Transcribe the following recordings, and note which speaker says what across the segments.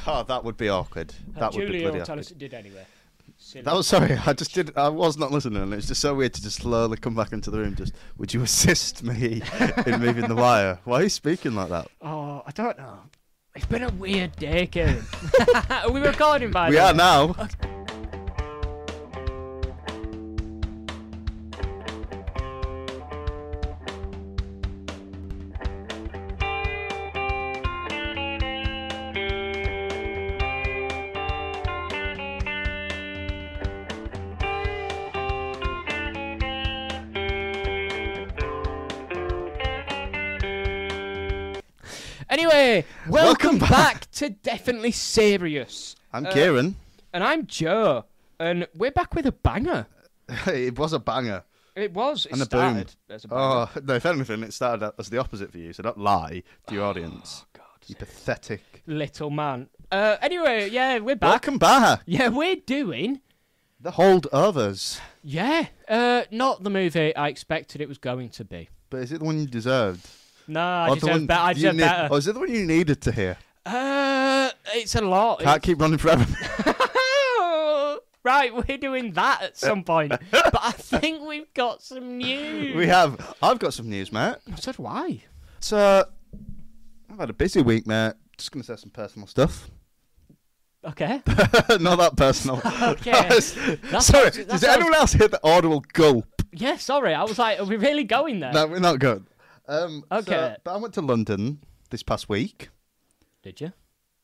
Speaker 1: Oh, that would be awkward. That would be
Speaker 2: Uh, Julia
Speaker 1: bloody
Speaker 2: will tell
Speaker 1: awkward.
Speaker 2: us it did anyway. Silly.
Speaker 1: That was sorry. I just did. I was not listening. and It's just so weird to just slowly come back into the room. Just, would you assist me in moving the wire? Why are you speaking like that?
Speaker 2: Oh, I don't know. It's been a weird day, Kevin.
Speaker 3: Are we recording by
Speaker 1: we
Speaker 3: the way?
Speaker 1: are now.
Speaker 2: anyway,
Speaker 1: Welcome
Speaker 2: welcome, back.
Speaker 1: back.
Speaker 2: to Definitely Serious.
Speaker 1: I'm
Speaker 2: Uh,
Speaker 1: Kieran.
Speaker 2: And I'm Joe. And we're back with a banger.
Speaker 1: it was a banger.
Speaker 2: It was. It
Speaker 1: And a boom.
Speaker 2: started as a banger.
Speaker 1: Oh no! If anything, it started out as the opposite for you. So don't lie to your audience. You pathetic.
Speaker 2: Little man. Uh, anyway, yeah, we're back.
Speaker 1: Welcome back.
Speaker 2: Yeah, we're doing.
Speaker 1: The holdovers.
Speaker 2: Yeah, uh, not the movie I expected it was going to be.
Speaker 1: But is it the one you deserved?
Speaker 2: Nah, I
Speaker 1: Or the
Speaker 2: deserve,
Speaker 1: one
Speaker 2: be-
Speaker 1: you
Speaker 2: I
Speaker 1: oh.
Speaker 2: deserve
Speaker 1: ne-
Speaker 2: better.
Speaker 1: Or is it the one you needed to hear?
Speaker 2: Uh, it's a lot.
Speaker 1: Can't keep running forever.
Speaker 2: right, we're doing that at some point. but I think we've got some news.
Speaker 1: we have. I've got some news, mate.
Speaker 2: So do I.
Speaker 1: So uh, I've had a busy week, mate. Just gonna say some personal stuff.
Speaker 2: Okay.
Speaker 1: Not that personal.
Speaker 2: Okay. That's
Speaker 1: Sorry.
Speaker 2: abs- that's
Speaker 1: does anyone else hear the audible gulp?
Speaker 2: yeah, sorry. I was like, are we really going there?
Speaker 1: No, we're not good. Um, so-
Speaker 2: Uh, Okay.
Speaker 1: but I went to London this past week.
Speaker 2: Did you?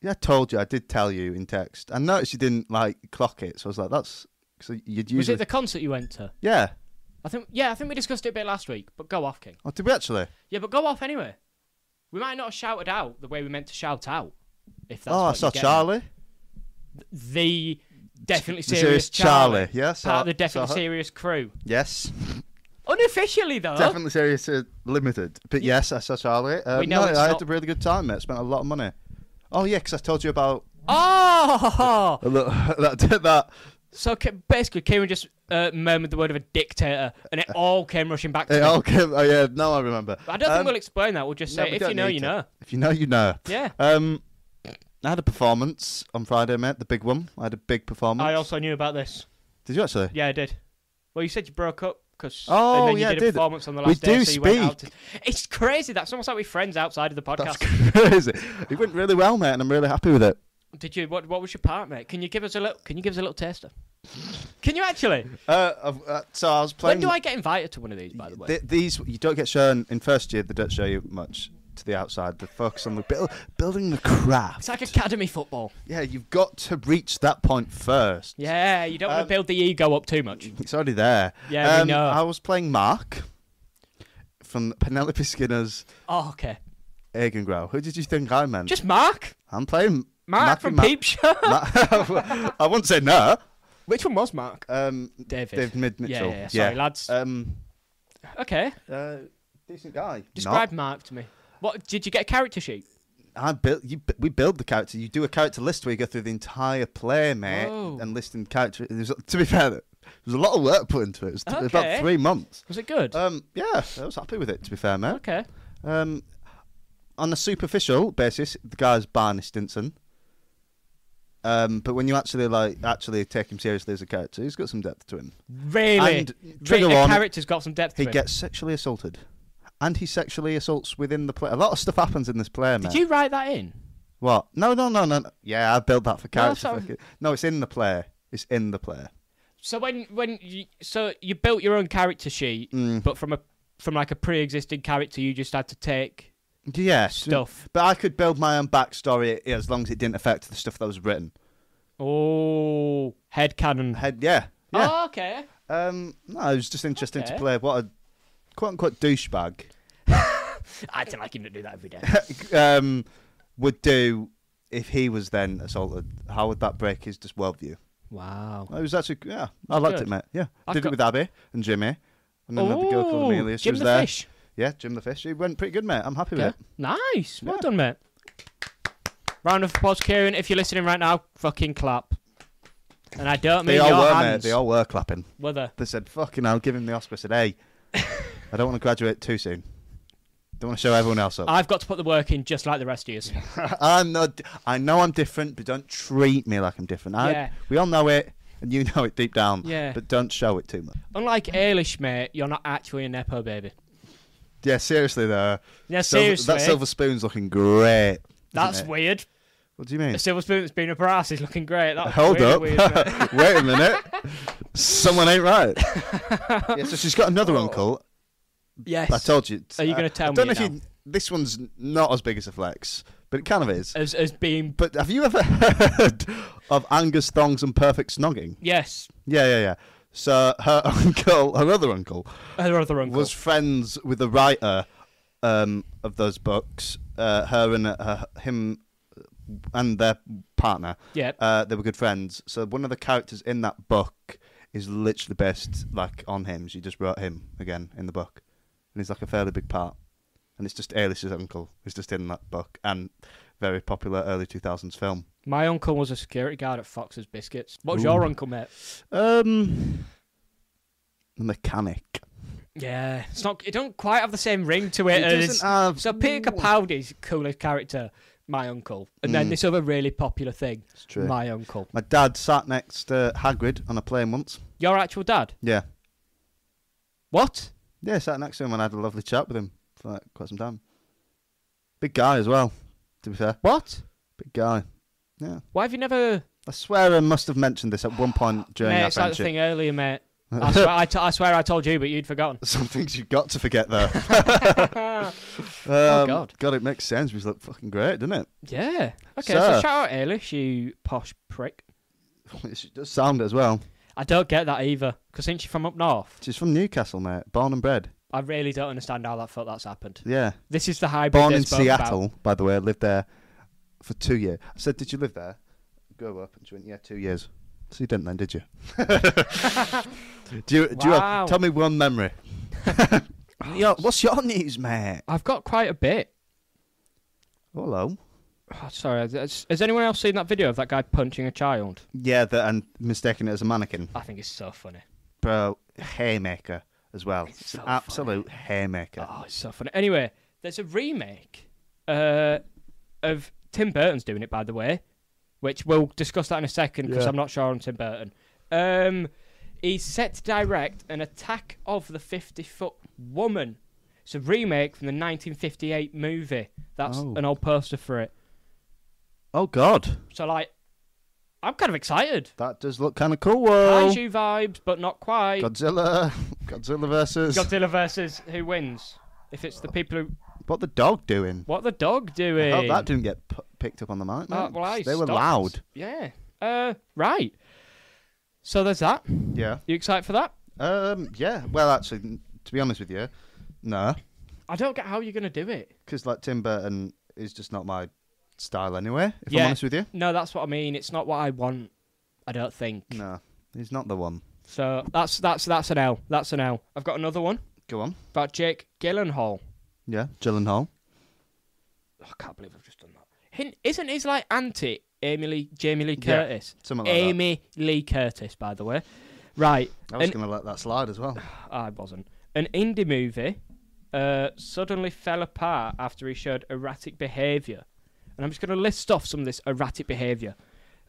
Speaker 1: Yeah, I told you. I did tell you in text. I noticed you didn't like clock it, so I was like, "That's." So you'd usually.
Speaker 2: Was it the concert you went to?
Speaker 1: Yeah.
Speaker 2: I think. Yeah, I think we discussed it a bit last week. But go off, King.
Speaker 1: Oh, did we actually?
Speaker 2: Yeah, but go off anyway. We might not have shouted out the way we meant to shout out. If that's
Speaker 1: oh, I
Speaker 2: what
Speaker 1: saw
Speaker 2: you're getting
Speaker 1: Charlie.
Speaker 2: at. The definitely
Speaker 1: The
Speaker 2: serious,
Speaker 1: Charlie.
Speaker 2: Charlie.
Speaker 1: Yeah, saw-
Speaker 2: Part of the definitely
Speaker 1: saw her.
Speaker 2: serious crew.
Speaker 1: Yes.
Speaker 2: Unofficially though.
Speaker 1: Definitely serious uh, limited. But yes, I saw Charlie. Um,
Speaker 2: We know
Speaker 1: no,
Speaker 2: it's
Speaker 1: I
Speaker 2: not-
Speaker 1: had a really good time, mate. Spent a lot of money. Oh yeah, because I told you about
Speaker 2: Oh.
Speaker 1: a little, that did that.
Speaker 2: So K- basically, Kieran just uh, murmured the word of a dictator, and it all came rushing back to
Speaker 1: It
Speaker 2: me.
Speaker 1: all came. Oh yeah, now I remember.
Speaker 2: I don't think
Speaker 1: Um,
Speaker 2: we'll explain that. We'll just
Speaker 1: no,
Speaker 2: say
Speaker 1: we
Speaker 2: if
Speaker 1: don't
Speaker 2: you know,
Speaker 1: need
Speaker 2: you
Speaker 1: to.
Speaker 2: know.
Speaker 1: If you know, you know.
Speaker 2: Yeah.
Speaker 1: Um, I had a performance on Friday, mate. The big one. I had a big performance.
Speaker 2: I also knew about this.
Speaker 1: Did you actually?
Speaker 2: Yeah, I did. Well, you said you broke up because
Speaker 1: Oh,
Speaker 2: and then you
Speaker 1: yeah,
Speaker 2: did a
Speaker 1: I did.
Speaker 2: performance on the
Speaker 1: We
Speaker 2: last day,
Speaker 1: do
Speaker 2: so you went out. To... It's crazy. That's almost like we're friends outside of the podcast.
Speaker 1: That's crazy. It went really well, mate, and I'm really happy with it.
Speaker 2: Did you? What? What was your part, mate? Can you give us a little? Can you give us a little taster? Can you actually?
Speaker 1: Uh, I've- uh, so I was
Speaker 2: When
Speaker 1: playing.
Speaker 2: do I get invited to one of these? By the way,
Speaker 1: Th- these you don't get shown in first year. They don't show you much to the outside. They focus on the buil- building the craft.
Speaker 2: it's like academy football.
Speaker 1: Yeah, you've got to reach that point first.
Speaker 2: Yeah, you don't want
Speaker 1: Um,
Speaker 2: to build the ego up too much.
Speaker 1: It's already there. Um,
Speaker 2: Yeah, we know.
Speaker 1: I was playing Mark from Penelope Skinner's
Speaker 2: Oh, okay.
Speaker 1: Egengrow. Who did you think I meant?
Speaker 2: Just Mark.
Speaker 1: I'm playing
Speaker 2: Mark
Speaker 1: Matthew
Speaker 2: from
Speaker 1: Ma-
Speaker 2: Peep Show.
Speaker 1: Ma- I won't say no.
Speaker 2: Which one was Mark?
Speaker 1: Um,
Speaker 2: David.
Speaker 1: Dave Mid Mitchell.
Speaker 2: Yeah, yeah, yeah. Sorry, lads.
Speaker 1: Um,
Speaker 2: okay.
Speaker 1: uh, decent guy.
Speaker 2: Describe Mark to me. What did you get a character sheet?
Speaker 1: Not- I built. You, bu- we build the character. You do a character list where you go through the entire play, mate,
Speaker 2: Whoa.
Speaker 1: and listing character. it was- to be fair, there was a lot of work put into it. It was t-
Speaker 2: Okay.
Speaker 1: about three months.
Speaker 2: Was it good?
Speaker 1: Um, yeah, I was happy with it. To be fair, mate.
Speaker 2: okay.
Speaker 1: Um, on a superficial basis, the guy's Barney Stinson. Um, but when you actually like actually take him seriously as a character, he's got some depth to him.
Speaker 2: Really?
Speaker 1: And
Speaker 2: Re-
Speaker 1: trigger
Speaker 2: a
Speaker 1: warning,
Speaker 2: character's got some depth
Speaker 1: He
Speaker 2: to it.
Speaker 1: gets sexually assaulted, and he sexually assaults within the play. A lot of stuff happens in this play,
Speaker 2: Did
Speaker 1: mate.
Speaker 2: you write that in?
Speaker 1: What? No, no, no, no. no. Yeah, I built that for
Speaker 2: that's
Speaker 1: character.
Speaker 2: what I'm-
Speaker 1: fucking- No, it's in the play. It's in the play.
Speaker 2: So when when you, so you built your own character sheet,
Speaker 1: Mm.
Speaker 2: but from a from like a pre-existing character, you just had to take.
Speaker 1: Yes.
Speaker 2: Stuff.
Speaker 1: But I could build my own backstory as long as it didn't affect the stuff that was written.
Speaker 2: Oh, head cannon.
Speaker 1: Head, yeah. Yeah.
Speaker 2: Oh, okay.
Speaker 1: Um, no, it was just interesting
Speaker 2: Okay.
Speaker 1: to play. What a quote unquote douchebag
Speaker 2: I don't like him to do that every day.
Speaker 1: um, would do if he was then assaulted. How would that break his just worldview?
Speaker 2: wow.
Speaker 1: It was actually yeah, I liked
Speaker 2: good.
Speaker 1: it, mate. Yeah,
Speaker 2: I've
Speaker 1: did
Speaker 2: got-
Speaker 1: it with Abby and Jimmy, and then had the girl called
Speaker 2: Oh,
Speaker 1: Amelia. She
Speaker 2: Jim
Speaker 1: was
Speaker 2: the
Speaker 1: there.
Speaker 2: Fish.
Speaker 1: Yeah, Jim the fish. It went pretty good, mate. I'm happy
Speaker 2: Yeah.
Speaker 1: with it.
Speaker 2: Nice. Well
Speaker 1: Yeah.
Speaker 2: done, mate. Round of applause, Kieran. If you're listening right now, fucking clap. And I don't
Speaker 1: They
Speaker 2: mean
Speaker 1: all
Speaker 2: your
Speaker 1: were,
Speaker 2: hands.
Speaker 1: mate. They all were clapping.
Speaker 2: Were there?
Speaker 1: They said, "Fucking, I'll give him the Oscar." I said, "Hey, I don't want to graduate too soon." Don't want to show everyone else up.
Speaker 2: I've got to put the work in just like the rest of you.
Speaker 1: I'm not. I know I'm different, but don't treat me like I'm different. I,
Speaker 2: Yeah.
Speaker 1: We all know it, and you know it deep down.
Speaker 2: Yeah.
Speaker 1: But don't show it too much.
Speaker 2: Unlike Eilish, mate, you're not actually a nepo baby.
Speaker 1: Yeah, seriously though.
Speaker 2: Yeah,
Speaker 1: Silver-
Speaker 2: seriously.
Speaker 1: that silver spoon's looking great. isn't
Speaker 2: That's
Speaker 1: it?
Speaker 2: weird.
Speaker 1: What do you mean?
Speaker 2: The silver spoon that's been up her ass is looking great. That's
Speaker 1: Hold
Speaker 2: really
Speaker 1: up.
Speaker 2: Weird, mate.
Speaker 1: Wait a minute. Someone ain't right. yeah, so she's got another uncle.
Speaker 2: yes.
Speaker 1: I told you.
Speaker 2: Oh. Are you gonna
Speaker 1: I-
Speaker 2: tell
Speaker 1: I don't
Speaker 2: me
Speaker 1: know if you, this one's not as big as a flex, but it kind of is.
Speaker 2: as as being
Speaker 1: But have you ever heard of Angus Thongs and Perfect Snogging?
Speaker 2: yes,
Speaker 1: Yeah, yeah, yeah. So her uncle, her other uncle,
Speaker 2: her other uncle.
Speaker 1: was friends with the writer um, of those books. Uh, her and uh, him and their partner.
Speaker 2: Yeah.
Speaker 1: Uh, they were good friends. So one of the characters in that book is literally based like on him. She just wrote him again in the book, and he's like a fairly big part. And it's just Ailish's uncle who's just in that book and very popular early two thousands film.
Speaker 2: My uncle was a security guard at Fox's Biscuits. What was
Speaker 1: Ooh.
Speaker 2: your uncle, mate?
Speaker 1: Um, the mechanic.
Speaker 2: Yeah, it's not. It don't quite have the same ring to it.
Speaker 1: He
Speaker 2: as-
Speaker 1: doesn't have-
Speaker 2: uh, So Peter Capaldi's coolest character, my uncle, and then
Speaker 1: Mm.
Speaker 2: this other really popular thing,
Speaker 1: It's true.
Speaker 2: my uncle.
Speaker 1: My dad sat next to Hagrid on a plane once.
Speaker 2: Your actual dad?
Speaker 1: Yeah.
Speaker 2: What?
Speaker 1: Yeah, sat next to him and had a lovely chat with him for like, quite some time. Big guy as well, to be fair.
Speaker 2: What?
Speaker 1: Big guy. Yeah.
Speaker 2: Why have you never?
Speaker 1: I swear I must have mentioned this at one point during
Speaker 2: mate,
Speaker 1: our
Speaker 2: it's like the
Speaker 1: friendship.
Speaker 2: thing earlier, mate. I swear, I, t- I swear I told you, but you'd forgotten.
Speaker 1: Some things you've got to forget there.
Speaker 2: Oh,
Speaker 1: Um,
Speaker 2: God.
Speaker 1: God, it makes sense. He's look fucking great, doesn't it?
Speaker 2: Yeah. Okay,
Speaker 1: Sir.
Speaker 2: so shout out Eilish, you posh prick.
Speaker 1: It does sound it as well.
Speaker 2: I don't get that either, because ain't she from up north?
Speaker 1: She's from Newcastle, mate. Born and bred.
Speaker 2: I really don't understand how that fuck that's happened.
Speaker 1: Yeah.
Speaker 2: This is the hybrid.
Speaker 1: Born
Speaker 2: they
Speaker 1: in
Speaker 2: spoke
Speaker 1: Seattle, by the way. I lived there for two years. I said, Did you live there? Go up. And she went, Yeah, two years. So you didn't then, did you? do you, do you
Speaker 2: Wow.
Speaker 1: have, tell me one memory. Yo, what's your news, mate?
Speaker 2: I've got quite a bit.
Speaker 1: Hello.
Speaker 2: Oh, sorry, has, has anyone else seen that video of that guy punching a child?
Speaker 1: Yeah, that and mistaking it as a mannequin.
Speaker 2: I think it's so funny.
Speaker 1: Bro, haymaker as well. It's, an
Speaker 2: so funny.
Speaker 1: absolute haymaker.
Speaker 2: Oh, it's so funny. Anyway, there's a remake uh, of Tim Burton's doing it, by the way, which we'll discuss that in a second because
Speaker 1: Yeah.
Speaker 2: I'm not sure on Tim Burton. Um, he's set to direct an attack of the 50 foot woman. It's a remake from the 1958 movie. That's
Speaker 1: Oh.
Speaker 2: an old poster for it.
Speaker 1: Oh, God.
Speaker 2: So, like, I'm kind of excited.
Speaker 1: That does look kind of cool.
Speaker 2: Kaiju vibes, but not quite.
Speaker 1: Godzilla. Godzilla versus. Uh,
Speaker 2: Godzilla versus who wins? If it's the people who.
Speaker 1: What the dog doing?
Speaker 2: What the dog doing?
Speaker 1: Oh, that didn't get p- picked up on the mic.
Speaker 2: Uh,
Speaker 1: mate.
Speaker 2: well, I
Speaker 1: they were
Speaker 2: stopped.
Speaker 1: loud.
Speaker 2: Yeah. Uh, right. So there's that.
Speaker 1: Yeah.
Speaker 2: You excited for that?
Speaker 1: Um. Yeah. Well, actually, n- to be honest with you, no,
Speaker 2: I don't get how you're gonna do it.
Speaker 1: because like Tim Burton is just not my style anyway. If
Speaker 2: Yeah.
Speaker 1: I'm honest with you,
Speaker 2: No, that's what I mean. It's not what I want. I don't think.
Speaker 1: no, he's not the one.
Speaker 2: So that's that's that's an L. That's an L. I've got another one
Speaker 1: Go on.
Speaker 2: about Jake Gyllenhaal.
Speaker 1: Yeah, Gyllenhaal.
Speaker 2: I can't believe I've just done that. Hin- isn't his like auntie Amy Lee Jamie Lee
Speaker 1: Yeah,
Speaker 2: Curtis?
Speaker 1: something like that.
Speaker 2: Amy Lee Curtis, by the way. Right.
Speaker 1: I was
Speaker 2: an-
Speaker 1: gonna let that slide as well.
Speaker 2: I wasn't. An indie movie uh, suddenly fell apart after he showed erratic behaviour. And I'm just going to list off some of this erratic behaviour.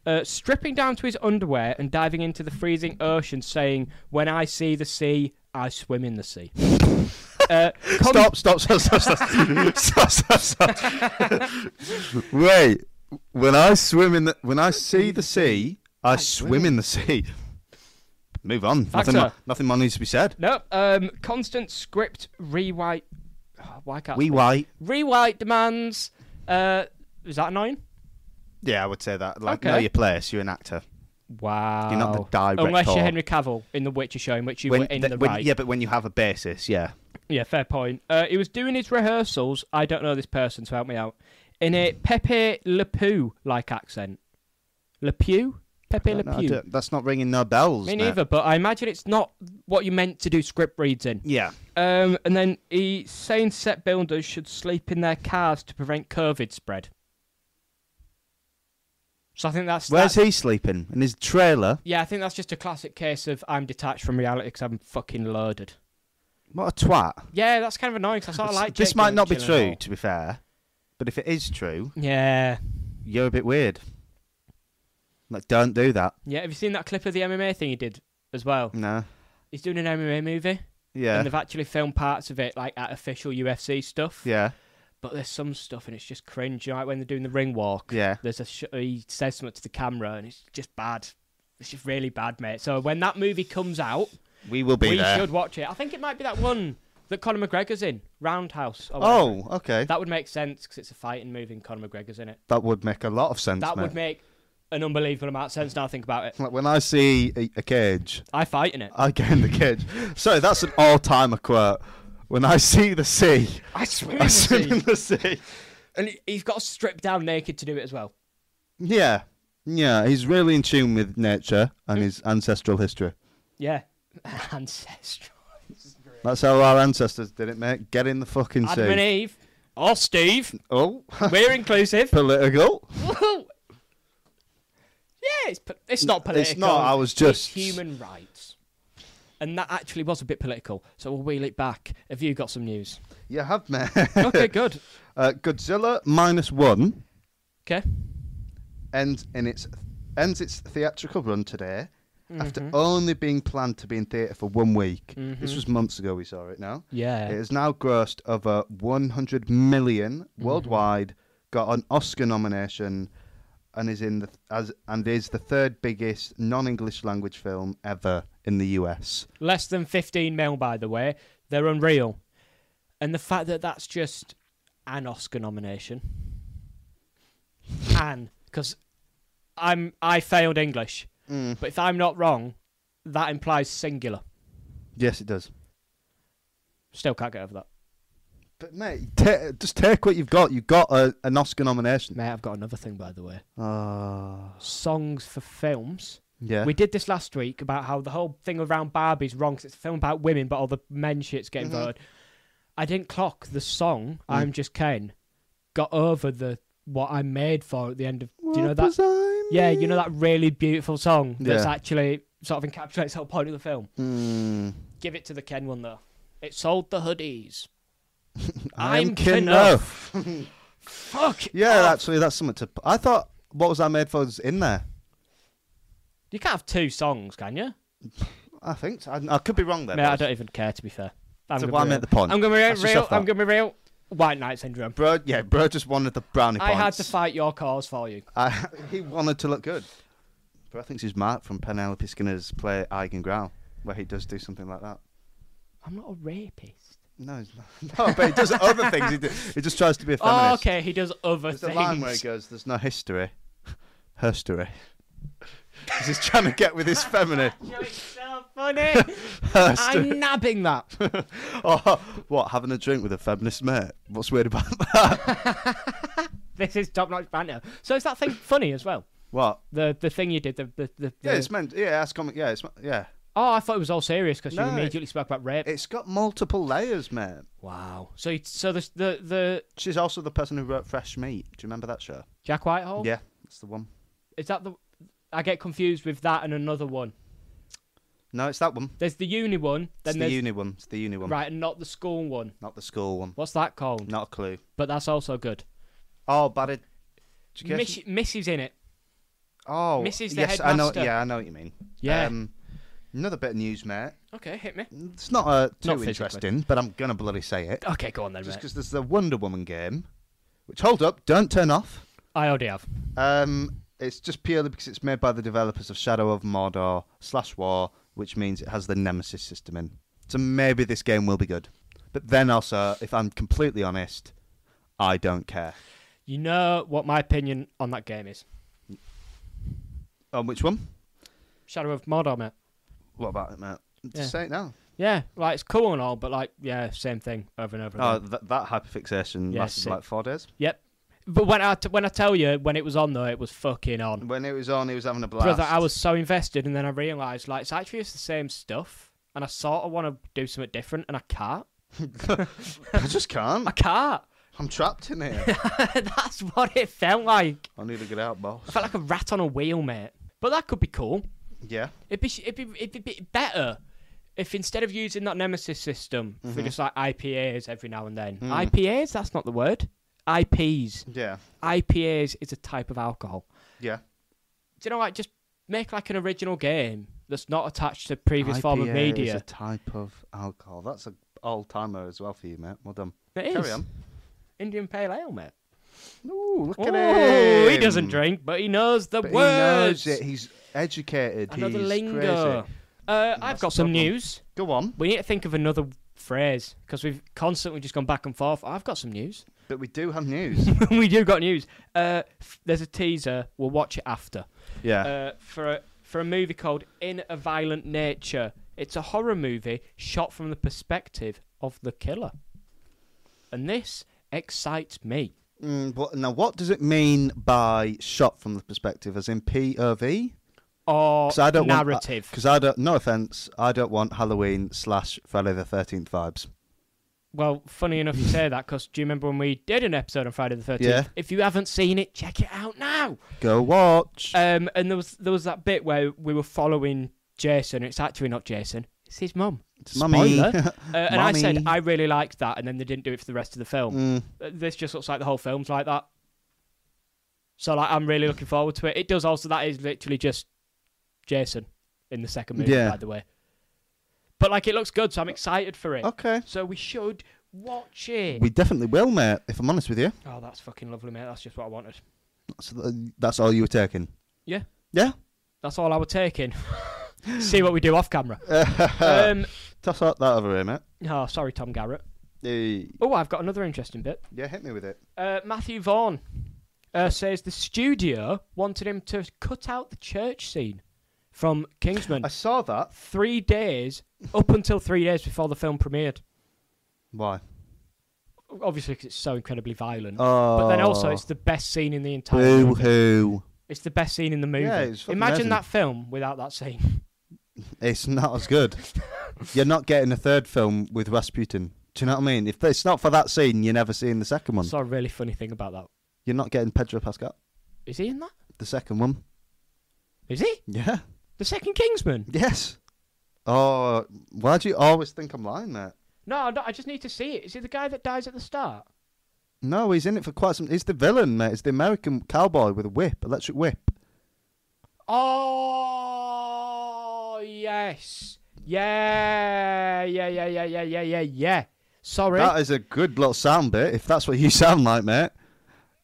Speaker 2: Uh, stripping down to his underwear and diving into the freezing ocean, saying, When I see the sea, I swim in the sea. uh, com-
Speaker 1: Stop! Stop! Stop! Stop! Stop! stop! Stop! Stop! Wait. When I swim in the when I see the sea, I, swim, in the sea. Move on. Nothing.
Speaker 2: Actor.
Speaker 1: More, nothing more needs to be said.
Speaker 2: No, um, constant script rewrite. Oh, why can't
Speaker 1: We white.
Speaker 2: rewrite demands? Uh, is that annoying?
Speaker 1: Yeah, I would say that. Like, know
Speaker 2: Okay.
Speaker 1: your place. You're an actor.
Speaker 2: Wow.
Speaker 1: not the director.
Speaker 2: Unless you're Henry Cavill in The Witcher show, in which you were in
Speaker 1: th-
Speaker 2: the
Speaker 1: when-
Speaker 2: right.
Speaker 1: Yeah, but when you have a basis, yeah.
Speaker 2: Yeah, fair point. Uh, he was doing his rehearsals. I don't know this person, so help me out. In a Pepe Le Pew like accent. Le Pew? Pepe Le
Speaker 1: No, I
Speaker 2: Pew.
Speaker 1: don't- that's not ringing no bells.
Speaker 2: Me
Speaker 1: mate.
Speaker 2: neither, but I imagine it's not what you meant to do script reads in.
Speaker 1: Yeah.
Speaker 2: Um, and then he's saying set builders should sleep in their cars to prevent COVID spread. So I think that's.
Speaker 1: Where's
Speaker 2: that-
Speaker 1: he sleeping? In his trailer?
Speaker 2: Yeah, I think that's just a classic case of I'm detached from reality because I'm fucking loaded.
Speaker 1: What a twat.
Speaker 2: Yeah, that's kind of annoying because I sort of
Speaker 1: This-
Speaker 2: like
Speaker 1: this
Speaker 2: Jake
Speaker 1: might not be
Speaker 2: Gyllenhaal.
Speaker 1: true, to be fair, but if it is true,
Speaker 2: Yeah,
Speaker 1: you're a bit weird. Like, don't do that.
Speaker 2: yeah. Have you seen that clip of the MMA thing he did as well?
Speaker 1: No.
Speaker 2: He's doing an MMA movie,
Speaker 1: Yeah.
Speaker 2: and they've actually filmed parts of it like at official UFC stuff.
Speaker 1: yeah.
Speaker 2: But there's some stuff, and it's just cringe. You know, Like when they're doing the ring walk,
Speaker 1: Yeah.
Speaker 2: there's a sh- he says something to the camera, and it's just bad. It's just really bad, mate. So when that movie comes out,
Speaker 1: We will be
Speaker 2: we
Speaker 1: there.
Speaker 2: should watch it. I think it might be that one that Conor McGregor's in, Roundhouse. or whatever.
Speaker 1: Oh, okay. That,
Speaker 2: that would make sense because it's a fighting movie, and Conor McGregor's in it.
Speaker 1: would make a lot of sense.
Speaker 2: That
Speaker 1: mate.
Speaker 2: would make an unbelievable amount of sense now I think about it.
Speaker 1: Like when I see a, a cage,
Speaker 2: I fight in it.
Speaker 1: I get in the cage. So that's an all-timer quote. When I see the sea,
Speaker 2: I swim
Speaker 1: I swim in the sea.
Speaker 2: And he- he's got to strip down naked to do it as well.
Speaker 1: Yeah, yeah. He's really in tune with nature and his ancestral history.
Speaker 2: Yeah. Ancestral.
Speaker 1: That's how our ancestors did it, mate. Get in the fucking sea.
Speaker 2: Adam and Eve. Or Steve.
Speaker 1: Oh,
Speaker 2: We're inclusive.
Speaker 1: political.
Speaker 2: Woo! yeah, it's, po- it's not political.
Speaker 1: It's not. I was
Speaker 2: It's
Speaker 1: just
Speaker 2: human rights. And that actually was a bit political. So we'll wheel it back. Have you got some news?
Speaker 1: You have, mate.
Speaker 2: Okay, good.
Speaker 1: Uh, Godzilla minus one
Speaker 2: Okay.
Speaker 1: ends in its ends its theatrical run today after
Speaker 2: Mhm.
Speaker 1: only being planned to be in theatre for one week. This
Speaker 2: Mhm.
Speaker 1: was months ago we saw it now.
Speaker 2: Yeah.
Speaker 1: It has now grossed over 100 million
Speaker 2: Mm-hmm.
Speaker 1: worldwide, got an Oscar nomination, and is in the as and is the third biggest non-English language film ever in the US.
Speaker 2: Less than 15 mil, by the way. They're unreal. And the fact that that's just an Oscar nomination. An. Because I'm I failed English. But if I'm not wrong, that implies singular.
Speaker 1: Yes, it does.
Speaker 2: Still can't get over that.
Speaker 1: But mate, ta just take what you've got. You've got a, an Oscar nomination.
Speaker 2: Mate, I've got another thing, by the way.
Speaker 1: Ah,
Speaker 2: Songs for films.
Speaker 1: yeah.
Speaker 2: We did this last week about how the whole thing around Barbie's wrong 'cause it's a film about women, but all the men shit's getting
Speaker 1: Mhm.
Speaker 2: voted. I didn't clock the song
Speaker 1: Mm.
Speaker 2: "I'm Just Ken" got over the what I'm made for at the end of. do you know
Speaker 1: What
Speaker 2: that?
Speaker 1: was I
Speaker 2: Yeah, you know that really beautiful song that's
Speaker 1: Yeah.
Speaker 2: actually sort of encapsulates the whole point of the film.
Speaker 1: Hmm.
Speaker 2: Give it to the Ken one though. It sold the hoodies.
Speaker 1: I'm
Speaker 2: I'm Ah.
Speaker 1: Knuff.
Speaker 2: Fuck.
Speaker 1: Yeah,
Speaker 2: off.
Speaker 1: actually, that's something to. I thought what was I made for was in there.
Speaker 2: you can't have two songs, can you?
Speaker 1: I think so. I, I could be wrong there.
Speaker 2: Mate, I
Speaker 1: but-
Speaker 2: don't even care to be fair. I'm
Speaker 1: So
Speaker 2: gonna
Speaker 1: why
Speaker 2: be
Speaker 1: make
Speaker 2: real.
Speaker 1: the point?
Speaker 2: I'm gonna be
Speaker 1: That's
Speaker 2: real.
Speaker 1: just
Speaker 2: real
Speaker 1: off that.
Speaker 2: I'm gonna be real. White Knight syndrome.
Speaker 1: Bro, yeah, bro just wanted the brownie
Speaker 2: I
Speaker 1: points.
Speaker 2: had to fight your cause for you.
Speaker 1: I, he wanted to look good. Bro thinks he's Mark from Penelope Skinner's play Eigen Growl, where he does do something like that.
Speaker 2: I'm not a rapist.
Speaker 1: No, he's not. no, but he does other things. He, do, he just tries to be a feminist.
Speaker 2: Oh, okay, he does other
Speaker 1: There's
Speaker 2: things.
Speaker 1: a line where he goes, "There's no history, herstory." 'Cause he's trying to get with his feminine.
Speaker 2: You're so funny.
Speaker 1: Herstory.
Speaker 2: I'm nabbing that.
Speaker 1: Oh, what? Having a drink with a feminist mate? What's weird about that?
Speaker 2: This is top notch banter. So is that thing funny as well?
Speaker 1: what?
Speaker 2: The the thing you did. The the, the,
Speaker 1: Yeah,
Speaker 2: the-
Speaker 1: it's meant. Yeah, that's comic. Yeah, it's yeah.
Speaker 2: Oh, I thought it was all serious because
Speaker 1: No,
Speaker 2: you
Speaker 1: it-
Speaker 2: immediately spoke about rape.
Speaker 1: It's got multiple layers, mate.
Speaker 2: wow. So you, so the the the
Speaker 1: She's also the person who wrote Fresh Meat. Do you remember that show?
Speaker 2: Jack Whitehall.
Speaker 1: Yeah, that's the one.
Speaker 2: Is that the? I get confused with that and another one.
Speaker 1: No, it's that one.
Speaker 2: There's the uni one.
Speaker 1: It's
Speaker 2: Then
Speaker 1: the
Speaker 2: there's
Speaker 1: uni one. It's the uni one.
Speaker 2: right, and not the school one.
Speaker 1: Not the school one.
Speaker 2: What's that called?
Speaker 1: Not a clue.
Speaker 2: But that's also good.
Speaker 1: Oh, bad ed- education.
Speaker 2: Miss, Missy's in it.
Speaker 1: oh,
Speaker 2: Mrs. the
Speaker 1: yes, I know.
Speaker 2: headmaster.
Speaker 1: Yeah, I know what you mean.
Speaker 2: Yeah.
Speaker 1: Um, another bit of news, mate.
Speaker 2: okay, hit me.
Speaker 1: It's not uh, too
Speaker 2: Not physically.
Speaker 1: interesting, but I'm gonna bloody say it.
Speaker 2: Okay, go on then,
Speaker 1: Just
Speaker 2: mate.
Speaker 1: because there's the Wonder Woman game, which hold up, don't turn off.
Speaker 2: I already have.
Speaker 1: Um, it's just purely because it's made by the developers of Shadow of Mordor slash War, which means it has the Nemesis system in. So maybe this game will be good. But then also, if I'm completely honest, I don't care.
Speaker 2: You know what my opinion on that game is.
Speaker 1: On which one?
Speaker 2: Shadow of Mordor, mate.
Speaker 1: What about it, mate?
Speaker 2: Yeah.
Speaker 1: Just say it now.
Speaker 2: Yeah, like it's cool and all, but like, yeah, same thing over and over again.
Speaker 1: Oh, that, that hyperfixation
Speaker 2: Yeah,
Speaker 1: lasted
Speaker 2: sick.
Speaker 1: like four days.
Speaker 2: yep. But when I t- when I tell you when it was on though, it was fucking on,
Speaker 1: When it was on, he was having a blast.
Speaker 2: brother. I was so invested, and then I realised like it's actually just the same stuff, and I sort of want to do something different, and I can't.
Speaker 1: I just can't.
Speaker 2: I can't.
Speaker 1: I'm trapped in here.
Speaker 2: That's what it felt like.
Speaker 1: I need to get out, boss.
Speaker 2: I felt like a rat on a wheel, mate. But that could be cool.
Speaker 1: Yeah.
Speaker 2: It'd be, sh- it'd be, it'd be better if instead of using that nemesis system for
Speaker 1: Mhm.
Speaker 2: just like IPAs every now and then,
Speaker 1: Mm.
Speaker 2: IPAs, that's not the word. IPs.
Speaker 1: Yeah.
Speaker 2: IPAs is a type of alcohol.
Speaker 1: Yeah.
Speaker 2: Do you know, like, just make like an original game that's not attached to previous form of
Speaker 1: IPA is
Speaker 2: media.
Speaker 1: a type of alcohol. That's an all timer as well for you, mate. Well done.
Speaker 2: It is.
Speaker 1: Carry on.
Speaker 2: Indian Pale Ale, mate.
Speaker 1: Ooh, look at
Speaker 2: Oh,
Speaker 1: him.
Speaker 2: he doesn't drink, but he knows the
Speaker 1: But he
Speaker 2: words.
Speaker 1: knows it. He's educated.
Speaker 2: Another
Speaker 1: He's
Speaker 2: lingo.
Speaker 1: crazy.
Speaker 2: Uh, I've
Speaker 1: That's
Speaker 2: got
Speaker 1: the
Speaker 2: some
Speaker 1: problem.
Speaker 2: news.
Speaker 1: Go on.
Speaker 2: We need to think of another phrase because we've constantly just gone back and forth. I've got some news.
Speaker 1: But we do have news.
Speaker 2: we do got news. Uh, f- there's a teaser. We'll watch it after.
Speaker 1: yeah.
Speaker 2: Uh, for a for a movie called In a Violent Nature. It's a horror movie shot from the perspective of the killer, and this excites me.
Speaker 1: Mm, but now, what does it mean by shot from the perspective, as in POV?
Speaker 2: Or
Speaker 1: Because I don't uh,
Speaker 2: narrative.
Speaker 1: Because I don't. No offense, I don't want Halloween slash Friday the Thirteenth vibes.
Speaker 2: Well, funny enough you say that because do you remember when we did an episode on Friday the 13th?
Speaker 1: Yeah.
Speaker 2: If you haven't seen it, check it out now.
Speaker 1: Go watch.
Speaker 2: Um, and there was there was that bit where we were following Jason. It's actually not Jason. It's his mum.
Speaker 1: It's mummy.
Speaker 2: Spoiler. Uh, and I said
Speaker 1: Mummy.
Speaker 2: I really liked that, and then they didn't do it for the rest of the film.
Speaker 1: Mm,
Speaker 2: Uh, This just looks like the whole film's like that. So like I'm really looking forward to it. It does also that is literally just Jason in the second movie,
Speaker 1: Yeah.
Speaker 2: by the way. But like it looks good, so I'm excited for it.
Speaker 1: okay.
Speaker 2: So we should watch it.
Speaker 1: We definitely will, mate. If I'm honest with you,
Speaker 2: Oh, that's fucking lovely, mate. That's just what I wanted.
Speaker 1: that's, uh, that's all you were taking.
Speaker 2: Yeah.
Speaker 1: Yeah.
Speaker 2: That's all I would take in. See what we do off camera.
Speaker 1: Um,
Speaker 2: Um,
Speaker 1: Toss out that over here, mate.
Speaker 2: oh, sorry, Tom Garrett.
Speaker 1: Hey.
Speaker 2: Oh, I've got another interesting bit.
Speaker 1: Yeah, hit me with it.
Speaker 2: Uh, Matthew Vaughan uh, says the studio wanted him to cut out the church scene from Kingsman
Speaker 1: I saw that.
Speaker 2: three days up until three days before the film premiered.
Speaker 1: Why?
Speaker 2: Obviously, 'cause it's so incredibly violent.
Speaker 1: Oh.
Speaker 2: But then also, it's the best scene in the entire
Speaker 1: boo
Speaker 2: movie.
Speaker 1: hoo.
Speaker 2: It's the best scene in the movie.
Speaker 1: Yeah, it's fucking
Speaker 2: Imagine
Speaker 1: amazing.
Speaker 2: that film without that scene.
Speaker 1: It's not as good. you're not getting a third film with Rasputin. Do you know what I mean? If it's not for that scene, you're never seeing the second one.
Speaker 2: Saw a really funny thing about that.
Speaker 1: You're not getting Pedro Pascal,
Speaker 2: Is he in that?
Speaker 1: the second one.
Speaker 2: Is he?
Speaker 1: Yeah.
Speaker 2: The second Kingsman?
Speaker 1: Yes. Oh, why do you always think I'm lying, mate?
Speaker 2: No, I don't- I just need to see it. Is he the guy that dies at the start?
Speaker 1: No, he's in it for quite some. He's the villain, mate. He's the American cowboy with a whip, electric whip.
Speaker 2: Oh, yes. Yeah, yeah, yeah, yeah, yeah, yeah, yeah, yeah. Sorry.
Speaker 1: That is a good little sound bit, if that's what you sound like, mate.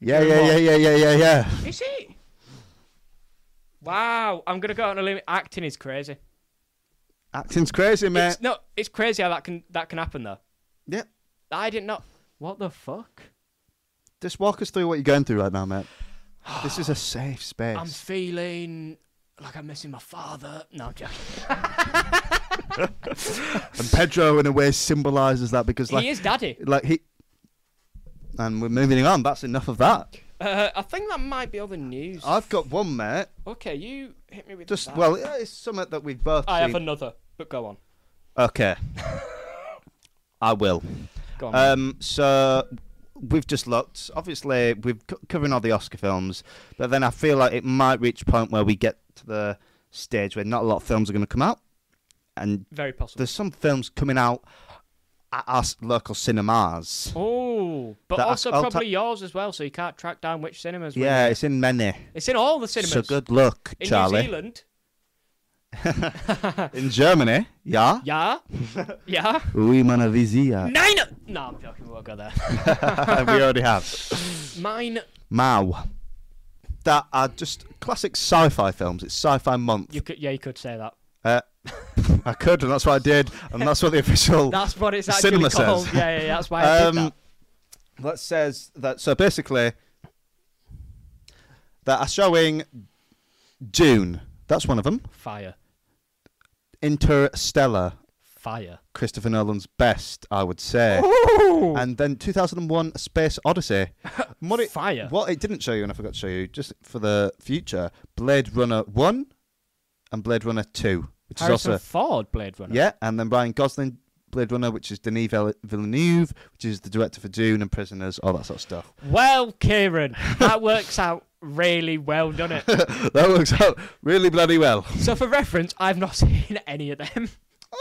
Speaker 1: Yeah,
Speaker 2: Doing
Speaker 1: yeah,
Speaker 2: what?
Speaker 1: yeah, yeah, yeah, yeah, yeah.
Speaker 2: Is he? Wow, I'm going to go on a limit. Acting is crazy.
Speaker 1: Acting's crazy, mate.
Speaker 2: It's, no, it's crazy how that can that can happen, though.
Speaker 1: Yeah.
Speaker 2: I didn't know. What the fuck?
Speaker 1: Just walk us through what you're going through right now, mate. This is a safe space.
Speaker 2: I'm feeling like I'm missing my father. No, I'm joking.
Speaker 1: And Pedro, in a way, symbolises that because, like,
Speaker 2: he is daddy.
Speaker 1: like he. And we're moving on. That's enough of that.
Speaker 2: Uh, I think that might be all the news.
Speaker 1: I've got one, mate.
Speaker 2: Okay, you hit me with
Speaker 1: Just
Speaker 2: that.
Speaker 1: well, yeah, it's something that we've both.
Speaker 2: I have
Speaker 1: seen.
Speaker 2: another, but go on.
Speaker 1: Okay. I will.
Speaker 2: Go on.
Speaker 1: Um, so we've just looked. Obviously, we've c- covering all the Oscar films, but then I feel like it might reach a point where we get to the stage where not a lot of films are going to come out, and
Speaker 2: Very possible.
Speaker 1: there's some films coming out at our s- local cinemas.
Speaker 2: Oh, but
Speaker 1: That-
Speaker 2: also
Speaker 1: I'll ta-
Speaker 2: probably yours as well, so you can't track down which cinemas. we're
Speaker 1: Yeah,
Speaker 2: in.
Speaker 1: it's in many.
Speaker 2: it's in all the cinemas.
Speaker 1: So good luck,
Speaker 2: in
Speaker 1: Charlie.
Speaker 2: New Zealand,
Speaker 1: In Germany, yeah.
Speaker 2: yeah, yeah.
Speaker 1: We mana visia.
Speaker 2: Nine. No, I'm joking. We'll go there.
Speaker 1: we already have.
Speaker 2: Mine.
Speaker 1: Mao. That are just classic sci-fi films. It's sci-fi month.
Speaker 2: You could. Yeah, you could say that.
Speaker 1: Uh, I could, and that's what I did, and that's what the official.
Speaker 2: That's what it's
Speaker 1: The
Speaker 2: actually
Speaker 1: cinema says. Um,
Speaker 2: called. Yeah, yeah, yeah. That's why I did that.
Speaker 1: that says that. So basically, that are showing June. That's one of them.
Speaker 2: Fire.
Speaker 1: Interstellar,
Speaker 2: Fire.
Speaker 1: Christopher Nolan's best, I would say.
Speaker 2: Oh! Ooh.
Speaker 1: and then 2001 A Space Odyssey. What it,
Speaker 2: Fire.
Speaker 1: what it didn't show you, and I forgot to show you, just for the future, Blade Runner 1 and Blade Runner 2, which
Speaker 2: Harrison
Speaker 1: is also.
Speaker 2: Ford, Blade Runner.
Speaker 1: Yeah, and then Ryan Gosling, Blade Runner, which is Denis Vill- Villeneuve, which is the director for Dune and Prisoners, all that sort of stuff.
Speaker 2: Well, Kieran, that works out really well, doesn't it?
Speaker 1: that works out really bloody well.
Speaker 2: so, for reference, I've not seen any of them.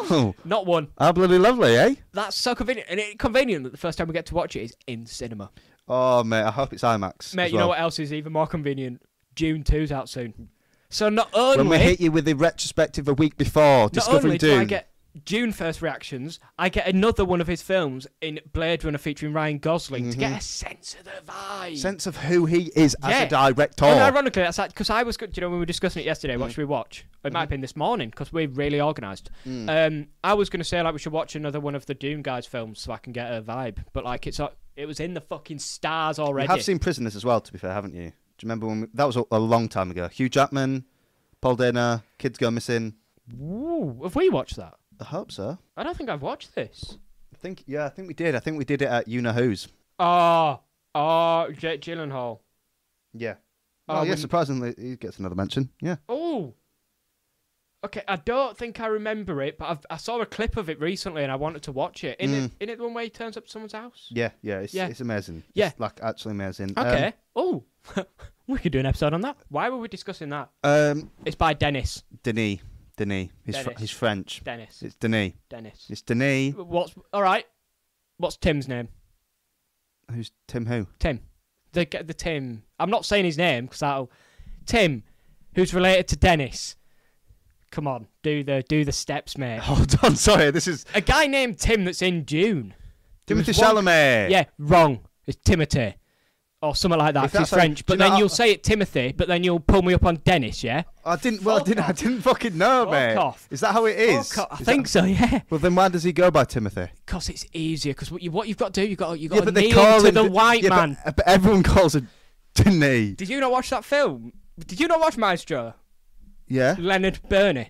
Speaker 1: Oh,
Speaker 2: Not one.
Speaker 1: how bloody lovely, eh?
Speaker 2: That's so convenient, and it's convenient that the first time we get to watch it is in cinema.
Speaker 1: Oh, mate, I hope it's IMAX.
Speaker 2: Mate,
Speaker 1: as
Speaker 2: you know
Speaker 1: well.
Speaker 2: what else is even more convenient? June 2's out soon. So not only
Speaker 1: When we hit you with the retrospective a week before,
Speaker 2: not
Speaker 1: discovering
Speaker 2: only do I
Speaker 1: Dune.
Speaker 2: get June first reactions, I get another one of his films in Blade Runner featuring Ryan Gosling to
Speaker 1: Mm-hmm.
Speaker 2: get a sense of the vibe.
Speaker 1: Sense of who he is as
Speaker 2: Yeah.
Speaker 1: a director.
Speaker 2: and ironically, that's because I was, go- do you know, when we were discussing it yesterday,
Speaker 1: Mm.
Speaker 2: what should we watch? It might have
Speaker 1: Mm-hmm.
Speaker 2: been this morning because we're really organised.
Speaker 1: Mm.
Speaker 2: Um, I was going to say like we should watch another one of the Dune guys' films so I can get a vibe, but like it's uh, it was in the fucking stars already.
Speaker 1: You have seen Prisoners as well, to be fair, haven't you? Do you remember when we, that was a, a long time ago? Hugh Jackman, Paul Dana, kids go missing.
Speaker 2: Ooh, have we watched that?
Speaker 1: I hope so.
Speaker 2: I don't think I've watched this.
Speaker 1: I think yeah, I think we did. I think we did it at You Know Who's.
Speaker 2: Oh, oh, Jake Gyllenhaal.
Speaker 1: Yeah.
Speaker 2: Oh,
Speaker 1: Oh, yeah.
Speaker 2: when-
Speaker 1: Surprisingly, he gets another mention. Yeah.
Speaker 2: Oh. Okay, I don't think I remember it, but I've, I saw a clip of it recently and I wanted to watch it. In
Speaker 1: Mm.
Speaker 2: it, in it, the one where he turns up to someone's house.
Speaker 1: Yeah. Yeah. It's
Speaker 2: Yeah.
Speaker 1: it's amazing.
Speaker 2: Yeah.
Speaker 1: It's, like actually amazing. Um,
Speaker 2: Okay. oh, we could do an episode on that. Why were we discussing that?
Speaker 1: Um, um
Speaker 2: It's by Dennis.
Speaker 1: Denis. Denis. He's fr-
Speaker 2: Dennis.
Speaker 1: he's French.
Speaker 2: Dennis.
Speaker 1: It's Denis.
Speaker 2: Dennis.
Speaker 1: It's Denis.
Speaker 2: What's all right? What's Tim's name?
Speaker 1: Who's Tim? Who?
Speaker 2: Tim. The g- the Tim. I'm not saying his name because that'll. Tim, who's related to Dennis. Come on, do the do the steps, mate.
Speaker 1: Hold on. Sorry. This is
Speaker 2: A guy named Tim that's in Dune. There was
Speaker 1: Timothy
Speaker 2: one-
Speaker 1: Chalamet.
Speaker 2: Yeah, wrong. It's Timothy. Or something like that.
Speaker 1: If
Speaker 2: 'cause
Speaker 1: that's
Speaker 2: He's
Speaker 1: how-
Speaker 2: French.
Speaker 1: do
Speaker 2: but
Speaker 1: you know
Speaker 2: then
Speaker 1: how-
Speaker 2: you'll say it Timothy, but then you'll pull me up on Dennis, yeah?
Speaker 1: I didn't. Well, I
Speaker 2: Fuck
Speaker 1: didn't. I
Speaker 2: off.
Speaker 1: didn't fucking know,
Speaker 2: Fuck
Speaker 1: mate.
Speaker 2: off.
Speaker 1: Is that how it is?
Speaker 2: Oh, God, I
Speaker 1: Is that-
Speaker 2: think so, yeah.
Speaker 1: Well, then why does he go by Timothy?
Speaker 2: Because it's easier. Because what, you, what you've got to do, you've got, you've got to kneel to
Speaker 1: him
Speaker 2: the
Speaker 1: D-
Speaker 2: white
Speaker 1: yeah, but-
Speaker 2: man.
Speaker 1: uh, But, everyone calls him Denis.
Speaker 2: Did you not watch that film? Did you not watch Maestro?
Speaker 1: Yeah.
Speaker 2: Leonard Burney.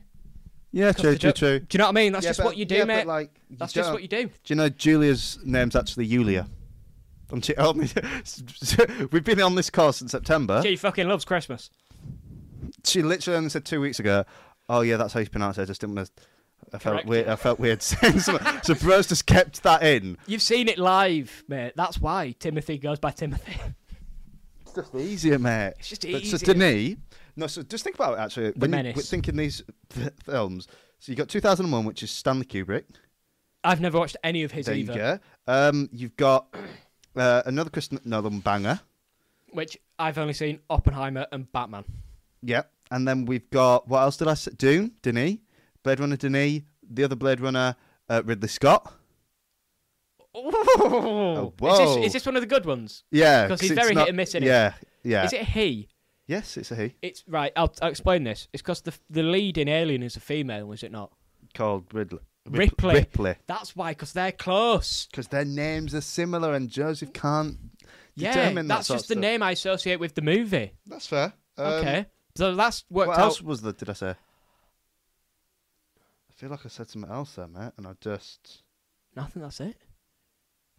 Speaker 1: Yeah.
Speaker 2: 'Cause
Speaker 1: True.
Speaker 2: they
Speaker 1: True.
Speaker 2: don't-
Speaker 1: True.
Speaker 2: Do you know what I mean? That's just what you do, mate.
Speaker 1: like,
Speaker 2: That's just what you do.
Speaker 1: Do you know Julia's name's actually Julia? I'm che- help me. We've been on this course since September.
Speaker 2: She fucking loves Christmas.
Speaker 1: She literally only said two weeks ago, "Oh yeah, that's how you pronounce it." I just didn't want to. I felt
Speaker 2: Correct.
Speaker 1: weird. I felt weird saying something. So Bros just kept that in.
Speaker 2: You've seen it live, mate. That's why Timothy goes by Timothy.
Speaker 1: It's just easier, mate.
Speaker 2: It's just
Speaker 1: But So
Speaker 2: easier.
Speaker 1: Denis, no. So just think about it. Actually, when you-
Speaker 2: Menace.
Speaker 1: we're thinking these th- films. So you got 2001, which is Stanley Kubrick.
Speaker 2: I've never watched any of his
Speaker 1: There
Speaker 2: either.
Speaker 1: you go. Um, you've got uh, another Chris Nolan banger.
Speaker 2: Which I've only seen Oppenheimer and Batman.
Speaker 1: Yep. And then we've got what else did I say? Dune, Denis, Blade Runner, Denis, the other Blade Runner, uh, Ridley Scott.
Speaker 2: Oh, is,
Speaker 1: whoa.
Speaker 2: this, is this one of the good ones?
Speaker 1: Yeah,
Speaker 2: 'Cause
Speaker 1: 'cause
Speaker 2: he's
Speaker 1: it's
Speaker 2: very hit and miss, isn't he?
Speaker 1: yeah, yeah.
Speaker 2: Is it he?
Speaker 1: Yes, it's a he
Speaker 2: It's right. I'll, I'll explain this. It's because the the lead in Alien is a female, is it not?
Speaker 1: called Ridley.
Speaker 2: Ripley.
Speaker 1: Ripley.
Speaker 2: That's why, because they're close.
Speaker 1: Because their names are similar, and Joseph can't
Speaker 2: Yeah,
Speaker 1: determine that
Speaker 2: that's
Speaker 1: sort
Speaker 2: just
Speaker 1: of
Speaker 2: the
Speaker 1: stuff.
Speaker 2: name I associate with the movie.
Speaker 1: That's fair. Um,
Speaker 2: okay, so that's worked
Speaker 1: What
Speaker 2: out.
Speaker 1: else was there? Did I say? I feel like I said something else there, mate, and I just
Speaker 2: No, I think that's it.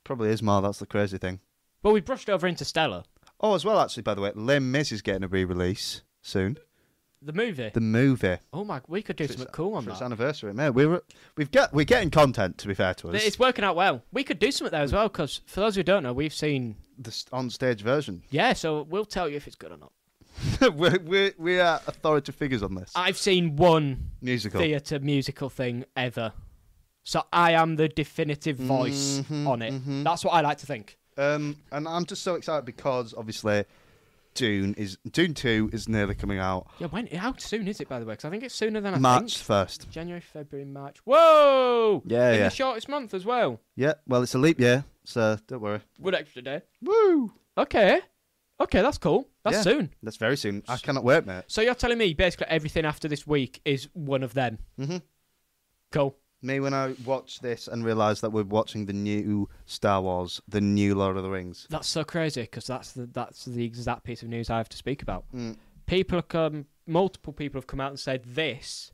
Speaker 1: probably is more. That's the crazy thing.
Speaker 2: Well, we brushed over Interstellar,
Speaker 1: Oh, as well, actually, by the way, Lim Miss is getting a re-release soon.
Speaker 2: the movie.
Speaker 1: The movie.
Speaker 2: oh my, we could do
Speaker 1: For its-
Speaker 2: something cool on
Speaker 1: for its
Speaker 2: that.
Speaker 1: anniversary, mate. We're we've get we're getting content. To be fair to us,
Speaker 2: It's working out well. We could do something there as well, because for those who don't know, we've seen.
Speaker 1: the s- on-stage version.
Speaker 2: Yeah, so we'll tell you if it's good or not.
Speaker 1: we're, we're we are authority figures on this
Speaker 2: I've seen one
Speaker 1: musical.
Speaker 2: theatre musical thing ever. So I am the definitive voice
Speaker 1: Mhm,
Speaker 2: on it.
Speaker 1: mhm.
Speaker 2: That's what I like to think.
Speaker 1: Um, and I'm just so excited because obviously, Dune is Dune Two is nearly coming out
Speaker 2: Yeah, when? How soon is it, by the way? Because I think it's sooner than I
Speaker 1: March
Speaker 2: think.
Speaker 1: first.
Speaker 2: January, February, March. Whoa!
Speaker 1: Yeah,
Speaker 2: In
Speaker 1: yeah.
Speaker 2: the shortest month as well.
Speaker 1: Yeah, well, it's a leap year, so don't worry.
Speaker 2: One extra day.
Speaker 1: Woo!
Speaker 2: Okay. Okay, that's cool. That's
Speaker 1: Yeah.
Speaker 2: soon.
Speaker 1: That's very soon. I cannot wait, mate.
Speaker 2: So you're telling me basically everything after this week is one of them.
Speaker 1: Mm-hmm.
Speaker 2: Cool.
Speaker 1: Me when I watched this and realised that we're watching the new Star Wars, the new Lord of the Rings.
Speaker 2: That's so crazy because that's the that's the exact piece of news I have to speak about.
Speaker 1: Mm.
Speaker 2: People have come, multiple people have come out and said this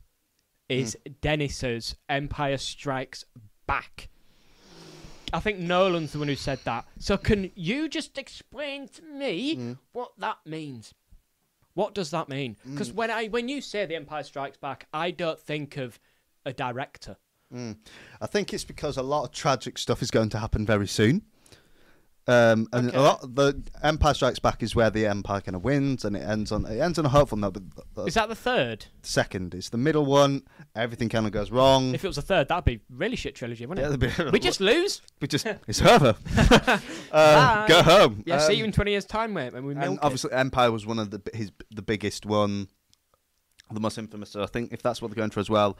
Speaker 2: is
Speaker 1: Mm.
Speaker 2: Dennis's Empire Strikes Back. I think Nolan's the one who said that. So can you just explain to me
Speaker 1: Mm.
Speaker 2: what that means? What does that mean? Because
Speaker 1: Mm.
Speaker 2: when I when you say The Empire Strikes Back, I don't think of a director.
Speaker 1: I think it's because a lot of tragic stuff is going to happen very soon. Um, and
Speaker 2: Okay.
Speaker 1: a lot the Empire Strikes Back is where the Empire kind of wins, and it ends on it ends on a hopeful note. But th- th-
Speaker 2: Is that the third?
Speaker 1: second is the middle one. Everything kind of goes wrong.
Speaker 2: If it was the third, that'd be really shit trilogy,
Speaker 1: Yeah,
Speaker 2: wouldn't
Speaker 1: there'd be-
Speaker 2: it? We just lose.
Speaker 1: we just it's over. uh,
Speaker 2: Bye.
Speaker 1: go home.
Speaker 2: Yeah,
Speaker 1: Um,
Speaker 2: see you in twenty years' time, mate. When we
Speaker 1: And
Speaker 2: milk it.
Speaker 1: obviously, Empire was one of the b- his the biggest one, the most infamous. So I think if that's what they're going for as well,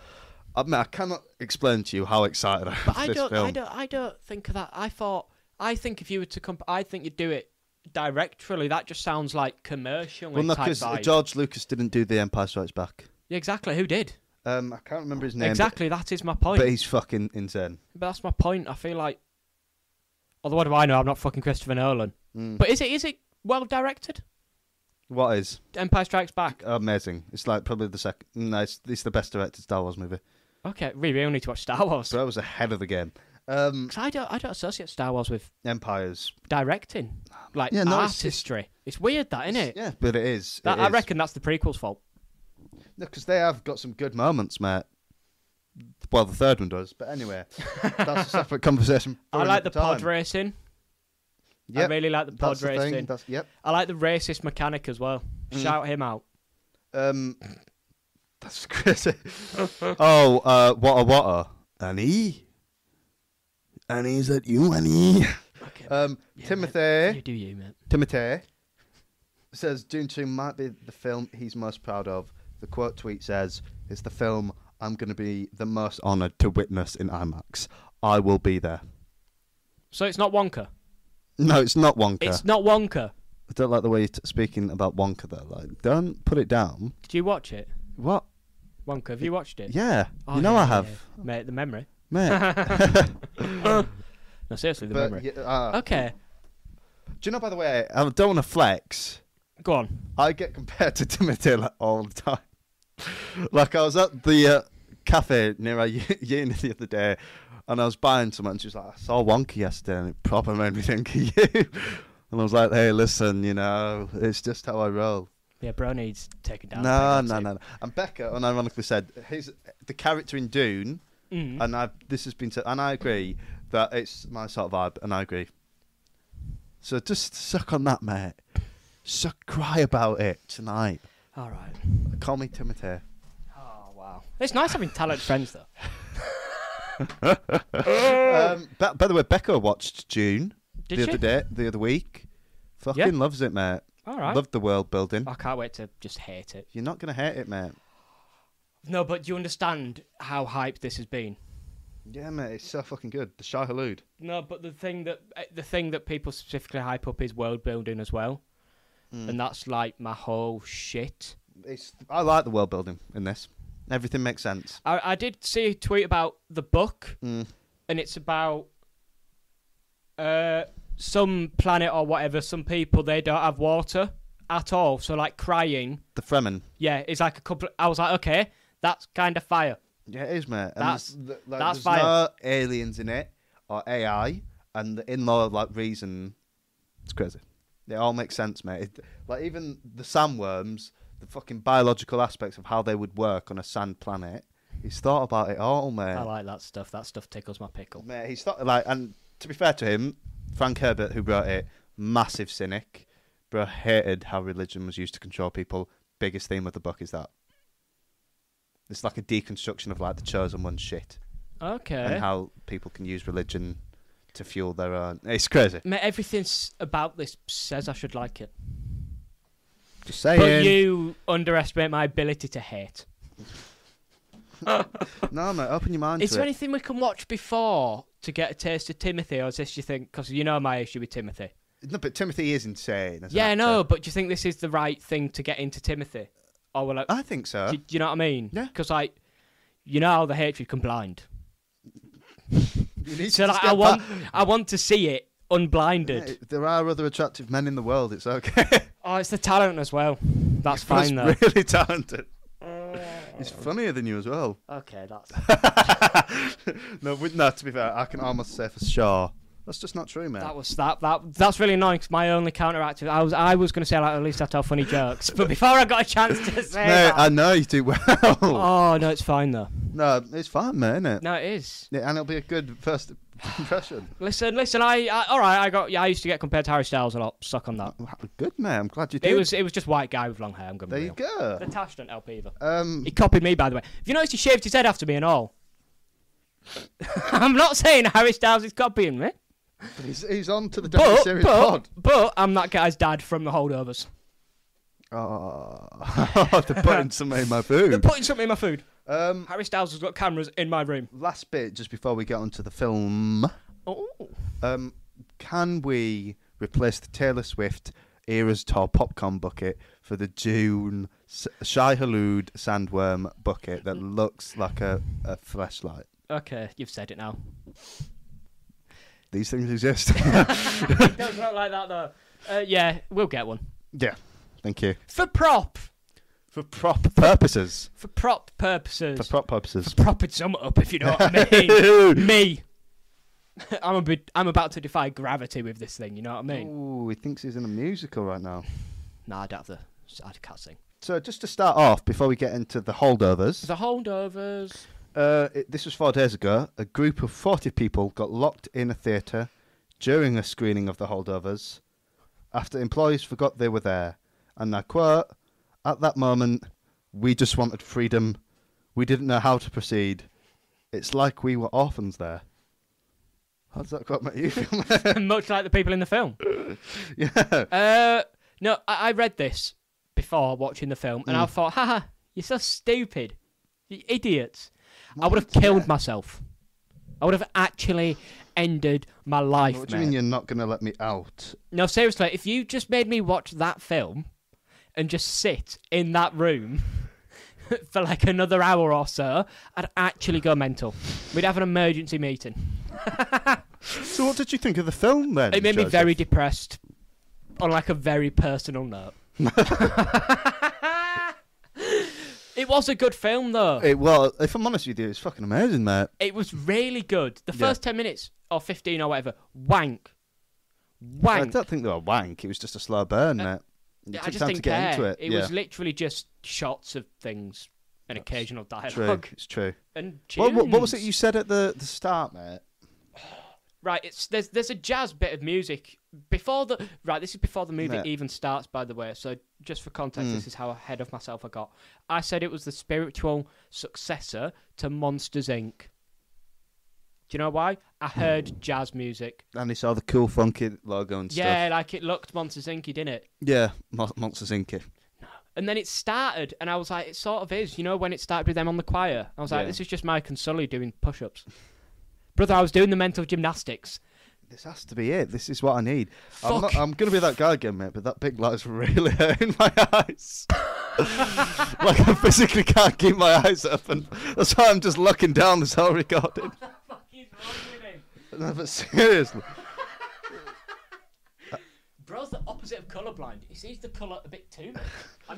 Speaker 1: I mean, I cannot explain to you how excited I am
Speaker 2: But
Speaker 1: for
Speaker 2: I
Speaker 1: this
Speaker 2: don't,
Speaker 1: film.
Speaker 2: I don't, I don't think of that. I thought, I think if you were to comp, I think you'd do it directly. That just sounds like commercial
Speaker 1: well, no,
Speaker 2: type
Speaker 1: because
Speaker 2: vibe.
Speaker 1: George Lucas didn't do the Empire Strikes Back.
Speaker 2: yeah, exactly. Who did?
Speaker 1: Um, I can't remember his name. but-
Speaker 2: exactly. That is my
Speaker 1: But,
Speaker 2: point. But,
Speaker 1: he's fucking insane.
Speaker 2: that's my point. I feel like. Although what do I know? I'm not fucking Christopher Nolan.
Speaker 1: Mm.
Speaker 2: But is it is it well directed?
Speaker 1: What is
Speaker 2: Empire Strikes Back.
Speaker 1: amazing? It's like probably the second. No, it's, it's the best directed Star Wars movie.
Speaker 2: Okay, we really need to watch Star Wars.
Speaker 1: So I was ahead of the game. Um,
Speaker 2: 'Cause I don't I don't associate Star Wars with
Speaker 1: Empires,
Speaker 2: directing, like
Speaker 1: Yeah, no, it's- it's-
Speaker 2: artistry. It's, weird that, isn't it?
Speaker 1: yeah, but it is.
Speaker 2: That,
Speaker 1: it
Speaker 2: I
Speaker 1: is.
Speaker 2: reckon that's the prequel's fault.
Speaker 1: No, because they have got some good moments, mate. Well, the third one does, but anyway, that's a separate conversation. for
Speaker 2: I like
Speaker 1: another
Speaker 2: the pod
Speaker 1: time.
Speaker 2: racing.
Speaker 1: Yep,
Speaker 2: I really like the pod
Speaker 1: that's the thing.
Speaker 2: racing.
Speaker 1: That's, yep.
Speaker 2: I like the racist mechanic as well.
Speaker 1: Mm.
Speaker 2: Shout him out.
Speaker 1: Um, that's crazy. oh, uh, what a what a E. Annie. Annie, is that you, Annie?
Speaker 2: Okay.
Speaker 1: Um,
Speaker 2: Yeah,
Speaker 1: Timothy.
Speaker 2: you do you, mate.
Speaker 1: Timothy says Dune 2 might be the film he's most proud of. The quote tweet says, It's the film I'm going to be the most honoured to witness in IMAX. I will be there.
Speaker 2: So it's not Wonka.
Speaker 1: No, it's not Wonka.
Speaker 2: It's not Wonka.
Speaker 1: I don't like the way you're t- speaking about Wonka there. Like, don't put it down.
Speaker 2: Did you watch it?
Speaker 1: What?
Speaker 2: Wonka, have you watched it?
Speaker 1: Yeah.
Speaker 2: Oh,
Speaker 1: you know
Speaker 2: yeah,
Speaker 1: I
Speaker 2: yeah,
Speaker 1: have.
Speaker 2: yeah. Mate, the memory.
Speaker 1: Mate.
Speaker 2: No, seriously, the
Speaker 1: but,
Speaker 2: memory. Oh.
Speaker 1: yeah, uh,
Speaker 2: Okay,
Speaker 1: Do you know, by the way, I don't want to flex.
Speaker 2: go on.
Speaker 1: I get compared to Timothy like, all the time. like I was at the uh, cafe near our u- uni the other day, and I was buying something. And she was like, "I saw Wonka yesterday, and it proper made me think of you." and I was like, "Hey, listen, you know, it's just how I roll."
Speaker 2: Yeah, bro needs taken down.
Speaker 1: no, no, no, no. And Becca, unironically said, "He's the character in Dune."
Speaker 2: Mm.
Speaker 1: and I this has been said, and I agree that it's my sort of vibe, and I agree. So just suck on that, mate. Suck, cry about it tonight.
Speaker 2: All right.
Speaker 1: Call me Timothy.
Speaker 2: Oh, wow. It's nice having talented friends, though.
Speaker 1: um, by, by the way, Becca watched June
Speaker 2: Did
Speaker 1: the
Speaker 2: she?
Speaker 1: other day, the other week. Fucking
Speaker 2: Yeah.
Speaker 1: loves it, mate.
Speaker 2: All right.
Speaker 1: Loved the world building.
Speaker 2: I can't wait to just hate it.
Speaker 1: You're not gonna hate it, mate.
Speaker 2: No, but do you understand how hyped this has been?
Speaker 1: Yeah, mate, it's so fucking good. The Shah Halud.
Speaker 2: No, but the thing that eh, the thing that people specifically hype up is world building as well, and that's like my whole shit.
Speaker 1: It's I like the world building in this. Everything makes sense.
Speaker 2: I, I did see a tweet about the book,
Speaker 1: Mm.
Speaker 2: and it's about uh some planet or whatever. Some people they don't have water at all, so like crying,
Speaker 1: The Fremen.
Speaker 2: yeah, it's like a couple. I was like, okay, that's kind of fire.
Speaker 1: Yeah, it is, mate. And
Speaker 2: That's-
Speaker 1: there's, th- like,
Speaker 2: that's
Speaker 1: there's no aliens in it or AI, and the in-law like reason, it's crazy. It all makes sense, mate. It, like even the sandworms, the fucking biological aspects of how they would work on a sand planet, he's thought about it all, mate.
Speaker 2: I like that stuff. That stuff tickles my pickle.
Speaker 1: Mate, he's thought like, and to be fair to him, Frank Herbert, who wrote it, massive cynic, bro, hated how religion was used to control people. Biggest theme of the book is that. It's like a deconstruction of like the chosen one shit
Speaker 2: Okay.
Speaker 1: and how people can use religion to fuel their own. It's crazy.
Speaker 2: Mate, everything s- about this says I should like it.
Speaker 1: Just
Speaker 2: But
Speaker 1: saying.
Speaker 2: you underestimate my ability to hate.
Speaker 1: No, mate, open your mind
Speaker 2: Is
Speaker 1: to
Speaker 2: there
Speaker 1: it.
Speaker 2: anything we can watch before to get a taste of Timothy, or is this, do you think, because you know my issue with Timothy?
Speaker 1: No, but Timothy is insane. as an
Speaker 2: yeah,
Speaker 1: actor.
Speaker 2: no, but do you think this is the right thing to get into Timothy? Or will I,
Speaker 1: I think so.
Speaker 2: do, do you know what I mean?
Speaker 1: Uh, Yeah.
Speaker 2: Because, like, you know how the hatred can blind.
Speaker 1: You need
Speaker 2: So,
Speaker 1: to
Speaker 2: like,
Speaker 1: step
Speaker 2: I want,
Speaker 1: back.
Speaker 2: I want to see it unblinded.
Speaker 1: Mate, there are other attractive men in the world. It's okay.
Speaker 2: Oh, it's the talent as well. That's fine, though. Oh.
Speaker 1: He's really talented. He's funnier than you as well.
Speaker 2: Okay, that's.
Speaker 1: no, with, no, to be fair, I can almost say for sure. That's just not true, man.
Speaker 2: That was that that that's really annoying 'cause my only counteractive I was I was gonna say like at least I tell funny jokes, but before I got a chance to say
Speaker 1: Mate,
Speaker 2: that-
Speaker 1: I know you do well.
Speaker 2: oh no, it's fine though.
Speaker 1: No, it's fine, man, innit?
Speaker 2: No, it is.
Speaker 1: Yeah, and it'll be a good first impression.
Speaker 2: Listen, listen. I, I all right. I got. Yeah, I used to get compared to Harry Styles a lot. Suck on that.
Speaker 1: Good man. I'm glad you did.
Speaker 2: It was. It was just white guy with long hair. I'm gonna.
Speaker 1: there
Speaker 2: be
Speaker 1: you
Speaker 2: real.
Speaker 1: go.
Speaker 2: The Tash don't help either.
Speaker 1: Um,
Speaker 2: He copied me, by the way. Have you noticed he shaved his head after me and all? I'm not saying Harry Styles is copying me,
Speaker 1: but he's, he's on to the Deadly
Speaker 2: but
Speaker 1: Serious
Speaker 2: but,
Speaker 1: pod.
Speaker 2: but I'm that guy's dad from the holdovers.
Speaker 1: Oh, they're putting something in my
Speaker 2: They're
Speaker 1: food.
Speaker 2: putting something in my food.
Speaker 1: Um,
Speaker 2: Harry Styles has got cameras in my room.
Speaker 1: last bit, just before we get onto the film,
Speaker 2: Oh,
Speaker 1: um, can we replace the Taylor Swift Eras Tour popcorn bucket for the June S- Shy Halud sandworm bucket that looks like a, a flashlight?
Speaker 2: okay. You've said it now.
Speaker 1: These things exist.
Speaker 2: it does look like that though. Uh, yeah, we'll get one
Speaker 1: yeah, thank you.
Speaker 2: for prop.
Speaker 1: For prop purposes.
Speaker 2: For prop purposes.
Speaker 1: For prop purposes.
Speaker 2: propping some up, if you know what I mean. Me. I'm a bit, I'm about to defy gravity with this thing. You know what I mean?
Speaker 1: Ooh, he thinks he's in a musical right now.
Speaker 2: Nah, I don't have the. I can't sing.
Speaker 1: So just to start off, before we get into the holdovers,
Speaker 2: The holdovers.
Speaker 1: Uh, it, this was four days ago. A group of 40 people got locked in a theatre during a screening of The Holdovers after employees forgot they were there. And I quote, At that moment, we just wanted freedom. We didn't know how to proceed. It's like we were orphans there. How does that quote make you feel?
Speaker 2: Much like the people in the film.
Speaker 1: yeah.
Speaker 2: Uh, no, I, I read this before watching the film,
Speaker 1: Mm.
Speaker 2: and I thought, haha, you're so stupid. You idiots. I would have killed myself. I would have actually ended my life.
Speaker 1: What do you mean
Speaker 2: mate.
Speaker 1: you're not going to let me out?
Speaker 2: No, seriously, if you just made me watch that film and just sit in that room for like another hour or so, I'd actually go mental. We'd have an emergency meeting.
Speaker 1: So, what did you think of the film then?
Speaker 2: It made me
Speaker 1: Joseph?
Speaker 2: very depressed on like a very personal note. it was a good film though. It,
Speaker 1: It, well, if I'm honest with you, it's fucking amazing, mate.
Speaker 2: was really good. The
Speaker 1: Yeah.
Speaker 2: first 10 minutes or 15 or whatever, wank.
Speaker 1: I
Speaker 2: Wank.
Speaker 1: don't think they were wank. It was just a slow burn,
Speaker 2: Uh,
Speaker 1: mate. It
Speaker 2: I
Speaker 1: took
Speaker 2: just
Speaker 1: time
Speaker 2: didn't
Speaker 1: to get
Speaker 2: care.
Speaker 1: into it.
Speaker 2: It
Speaker 1: yeah.
Speaker 2: was literally just shots of things and occasional
Speaker 1: true.
Speaker 2: dialogue
Speaker 1: It's true.
Speaker 2: and
Speaker 1: What, what, what was it
Speaker 2: tunes.
Speaker 1: you said at the, the start, mate?
Speaker 2: Right, it's there's there's a jazz bit of music before the right. This is before the movie
Speaker 1: Yeah. Hmm.
Speaker 2: even starts, by the way. So just for context, this is how ahead of myself I got. I said it was the spiritual successor to Monsters Inc. Do you know why? I
Speaker 1: Hmm.
Speaker 2: heard jazz music.
Speaker 1: And he saw the cool, funky logo and
Speaker 2: Yeah,
Speaker 1: stuff.
Speaker 2: like it looked Monsters Inc. didn't it?
Speaker 1: Yeah, Mon- Monsters Inc.
Speaker 2: And then it started, and I was like, it sort of is, you know, when it started with them on the choir. I was like,
Speaker 1: Yeah.
Speaker 2: this is just Mike and Sully doing push ups. Brother, I was doing the mental gymnastics.
Speaker 1: This has to be it. This is what I need. I'm, not,
Speaker 2: Fuck.
Speaker 1: I'm gonna be that guy again, mate. But that big light's really hurting my eyes. like I physically can't keep my eyes open. That's why I'm just looking down this whole recording. No, but seriously,
Speaker 2: Bro's the opposite of colourblind. He sees the colour a bit too much. I'm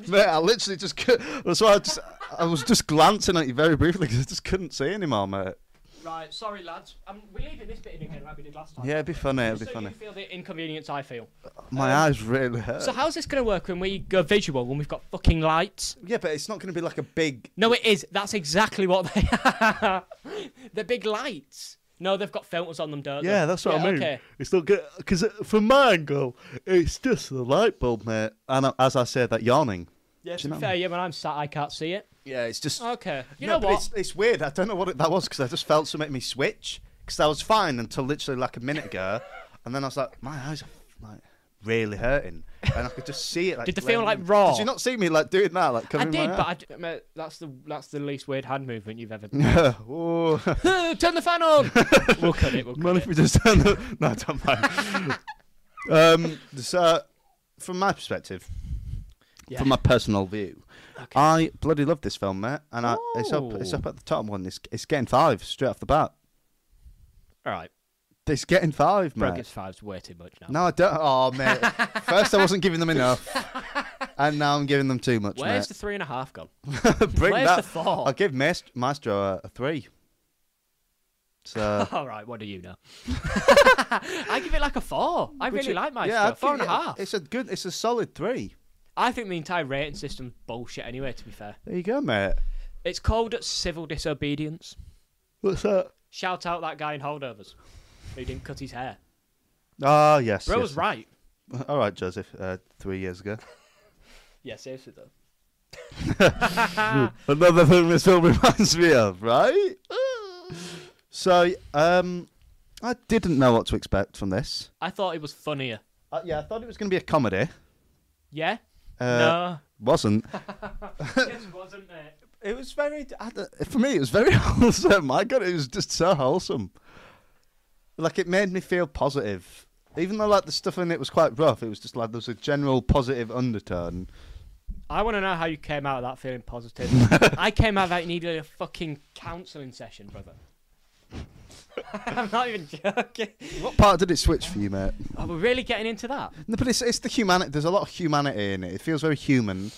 Speaker 2: just
Speaker 1: mate, I literally just. cou- That's why I just. I was just glancing at you very briefly because I just couldn't see anymore, mate.
Speaker 2: right. Sorry, lads. Um, we're leaving this bit in again, like we did last time.
Speaker 1: Yeah, it'd be funny. It'd
Speaker 2: Just
Speaker 1: be
Speaker 2: so
Speaker 1: funny. Uh,
Speaker 2: you feel the inconvenience I feel.
Speaker 1: My eyes really hurt.
Speaker 2: So how's this going to work when we go visual when we've got fucking lights?
Speaker 1: yeah, but it's not going to be like a big.
Speaker 2: No, it is. That's exactly what they are. They're big lights. No, they've got filters on them, don't they?
Speaker 1: Yeah, that's what I mean.
Speaker 2: Okay.
Speaker 1: It's not good because from my angle, it's just the light bulb, mate. And uh, as I said, that yawning.
Speaker 2: Yeah,
Speaker 1: Do
Speaker 2: to
Speaker 1: you
Speaker 2: be
Speaker 1: know-
Speaker 2: fair, yeah, when I'm sat, I can't see it.
Speaker 1: Yeah, it's just.
Speaker 2: Okay. You
Speaker 1: No,
Speaker 2: know
Speaker 1: but
Speaker 2: what?
Speaker 1: It's, it's weird. I don't know what it, that was because I just felt something make me switch because I was fine until literally like a minute ago, and then I was like, my eyes are like really hurting, and I could just see it. Like,
Speaker 2: Did they feel,
Speaker 1: laying-
Speaker 2: like, raw?
Speaker 1: Did you not see me like doing that? Like
Speaker 2: I
Speaker 1: covering
Speaker 2: did,
Speaker 1: my
Speaker 2: but I d- mate, that's the that's the least weird hand movement you've ever done.
Speaker 1: I. Whoa.
Speaker 2: Turn the fan on. we'll cut it. We'll cut
Speaker 1: Mind
Speaker 2: it.
Speaker 1: if we just turn the no, don't mind. um, so, from my perspective,
Speaker 2: Yeah.
Speaker 1: from my personal view, I bloody love this film, mate, and I, it's up it's
Speaker 2: Ooh.
Speaker 1: up at the top one. It's, it's getting five straight off the bat.
Speaker 2: All right.
Speaker 1: It's getting five,
Speaker 2: Bro
Speaker 1: mate.
Speaker 2: gives five's way too much now.
Speaker 1: no, I don't. Oh, mate. First, I wasn't giving them enough, and now I'm giving them too much,
Speaker 2: Where's the
Speaker 1: mate.
Speaker 2: three and a half gone?
Speaker 1: Bring
Speaker 2: where's
Speaker 1: that.
Speaker 2: the four?
Speaker 1: I'll give Maest- Maestro a, a three. So
Speaker 2: All right, what do you know? I give it like a four. I
Speaker 1: Would
Speaker 2: really
Speaker 1: you-
Speaker 2: like my
Speaker 1: yeah, I'd
Speaker 2: four
Speaker 1: give
Speaker 2: and a
Speaker 1: it a-
Speaker 2: half.
Speaker 1: It's a good. It's a solid three.
Speaker 2: I think the entire rating system's bullshit anyway. To be fair,
Speaker 1: There you go, mate.
Speaker 2: it's called civil disobedience.
Speaker 1: What's that?
Speaker 2: Shout out that guy in holdovers. He didn't cut his hair.
Speaker 1: Ah, yes.
Speaker 2: Bro
Speaker 1: yes.
Speaker 2: was right.
Speaker 1: All right, Joseph. Uh, three years ago.
Speaker 2: Yeah, seriously though.
Speaker 1: Another thing this film reminds me of, right? so, um, I didn't know what to expect from this.
Speaker 2: I thought it was funnier.
Speaker 1: Uh, yeah, I thought it was going to be a comedy.
Speaker 2: Yeah?
Speaker 1: Uh, Wasn't.
Speaker 2: no. yes, wasn't it?
Speaker 1: It was very. I d- for me, it was very wholesome. My God, it was just so wholesome. Like it made me feel positive, even though like the stuff in it was quite rough. It was just like there was a general positive undertone.
Speaker 2: I want to know how you came out of that feeling positive. I came out of that needed a fucking counselling session, brother. I'm not even joking.
Speaker 1: What part did it switch for you, mate?
Speaker 2: Are we really getting into that?
Speaker 1: No, but it's it's the humanity. There's a lot of humanity in it. It feels very human.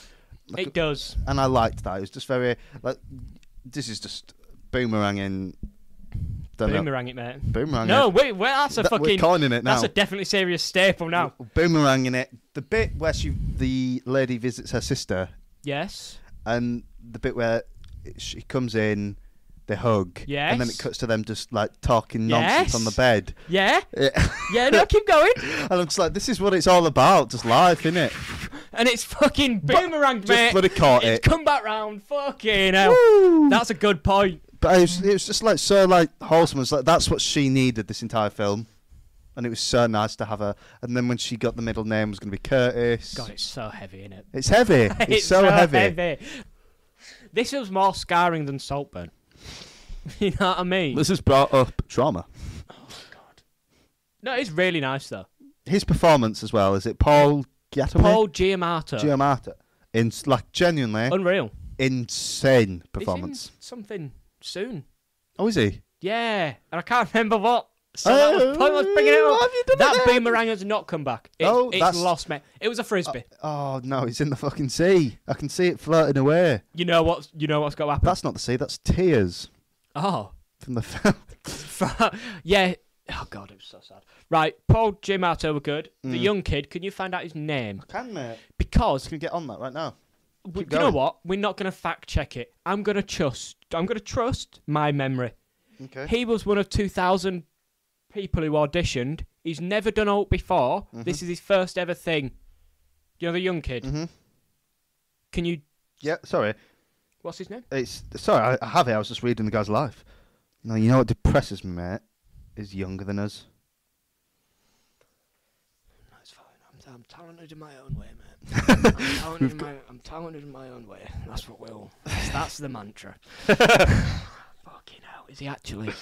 Speaker 1: Like
Speaker 2: it does.
Speaker 1: and I liked that. It was just very like this is just boomeranging. Don't know.
Speaker 2: Boomerang it, mate.
Speaker 1: Boomerang.
Speaker 2: No,
Speaker 1: it.
Speaker 2: wait, wait, that's a
Speaker 1: That- we're
Speaker 2: fucking.
Speaker 1: coining it now.
Speaker 2: That's a definitely serious staple now.
Speaker 1: Boomeranging it. The bit where she, the lady visits her sister,
Speaker 2: Yes.
Speaker 1: and the bit where it- she comes in, they hug, and then it
Speaker 2: Yes.
Speaker 1: cuts to them just like talking nonsense
Speaker 2: Yes.
Speaker 1: on the bed.
Speaker 2: Yeah.
Speaker 1: Yeah.
Speaker 2: Yeah. No, keep going.
Speaker 1: and I'm just like, this is what it's all about, just life, innit?
Speaker 2: And it's fucking boomerang,
Speaker 1: Just
Speaker 2: mate.
Speaker 1: would have caught
Speaker 2: it's
Speaker 1: it.
Speaker 2: come back round. Fucking hell. That's a good point.
Speaker 1: But it was, it was just like so like wholesome. It's like that's what she needed this entire film, and it was so nice to have her. And then when she got the middle name, it was going to be Curtis.
Speaker 2: God, it's so heavy, innit?
Speaker 1: It's heavy. It's, so, heavy.
Speaker 2: This was more scarring than Saltburn. you know what I mean?
Speaker 1: This has brought up trauma.
Speaker 2: No, it's really nice though.
Speaker 1: His performance as well. Is it Paul Giamatti?
Speaker 2: Paul Giamatti,
Speaker 1: Giamatti. In like genuinely
Speaker 2: unreal
Speaker 1: insane
Speaker 2: He's in
Speaker 1: performance.
Speaker 2: something soon,
Speaker 1: Oh, is he?
Speaker 2: yeah, and I can't remember what. So that was the point I was bringing it
Speaker 1: Oh,
Speaker 2: up.
Speaker 1: have you done
Speaker 2: That
Speaker 1: it then?
Speaker 2: boomerang has not come back. It's,
Speaker 1: Oh,
Speaker 2: it's
Speaker 1: that's-
Speaker 2: lost, mate. It was a frisbee.
Speaker 1: Oh no, it's in the fucking sea. I can see it floating away.
Speaker 2: you know what? You know what's got to happen.
Speaker 1: That's not the sea. That's tears
Speaker 2: Oh,
Speaker 1: from the film.
Speaker 2: yeah. Oh god, it was so sad. Right, Paul Giamatti were good. The
Speaker 1: Mm.
Speaker 2: young kid. Can you find out his name?
Speaker 1: Can mate?
Speaker 2: Because
Speaker 1: Can get on that right now.
Speaker 2: we,
Speaker 1: Keep
Speaker 2: you know
Speaker 1: going.
Speaker 2: what? We're not going to fact check it. I'm going to trust. I'm going to trust my memory.
Speaker 1: Okay.
Speaker 2: He was one of 2,000 people who auditioned. He's never done alt before.
Speaker 1: Mm-hmm.
Speaker 2: This is his first ever thing. You know the young kid.
Speaker 1: Mhm.
Speaker 2: Can you?
Speaker 1: Yeah. Sorry.
Speaker 2: What's his name?
Speaker 1: It's sorry. I, I have it. I was just reading the guy's life. No, you know what depresses me, mate? Is younger than us.
Speaker 3: That's fine. I'm, I'm talented in my own way, man. I'm talented, in my, I'm talented in my own way. That's what we'll.
Speaker 2: That's, that's the mantra. Fucking hell! Is he actually?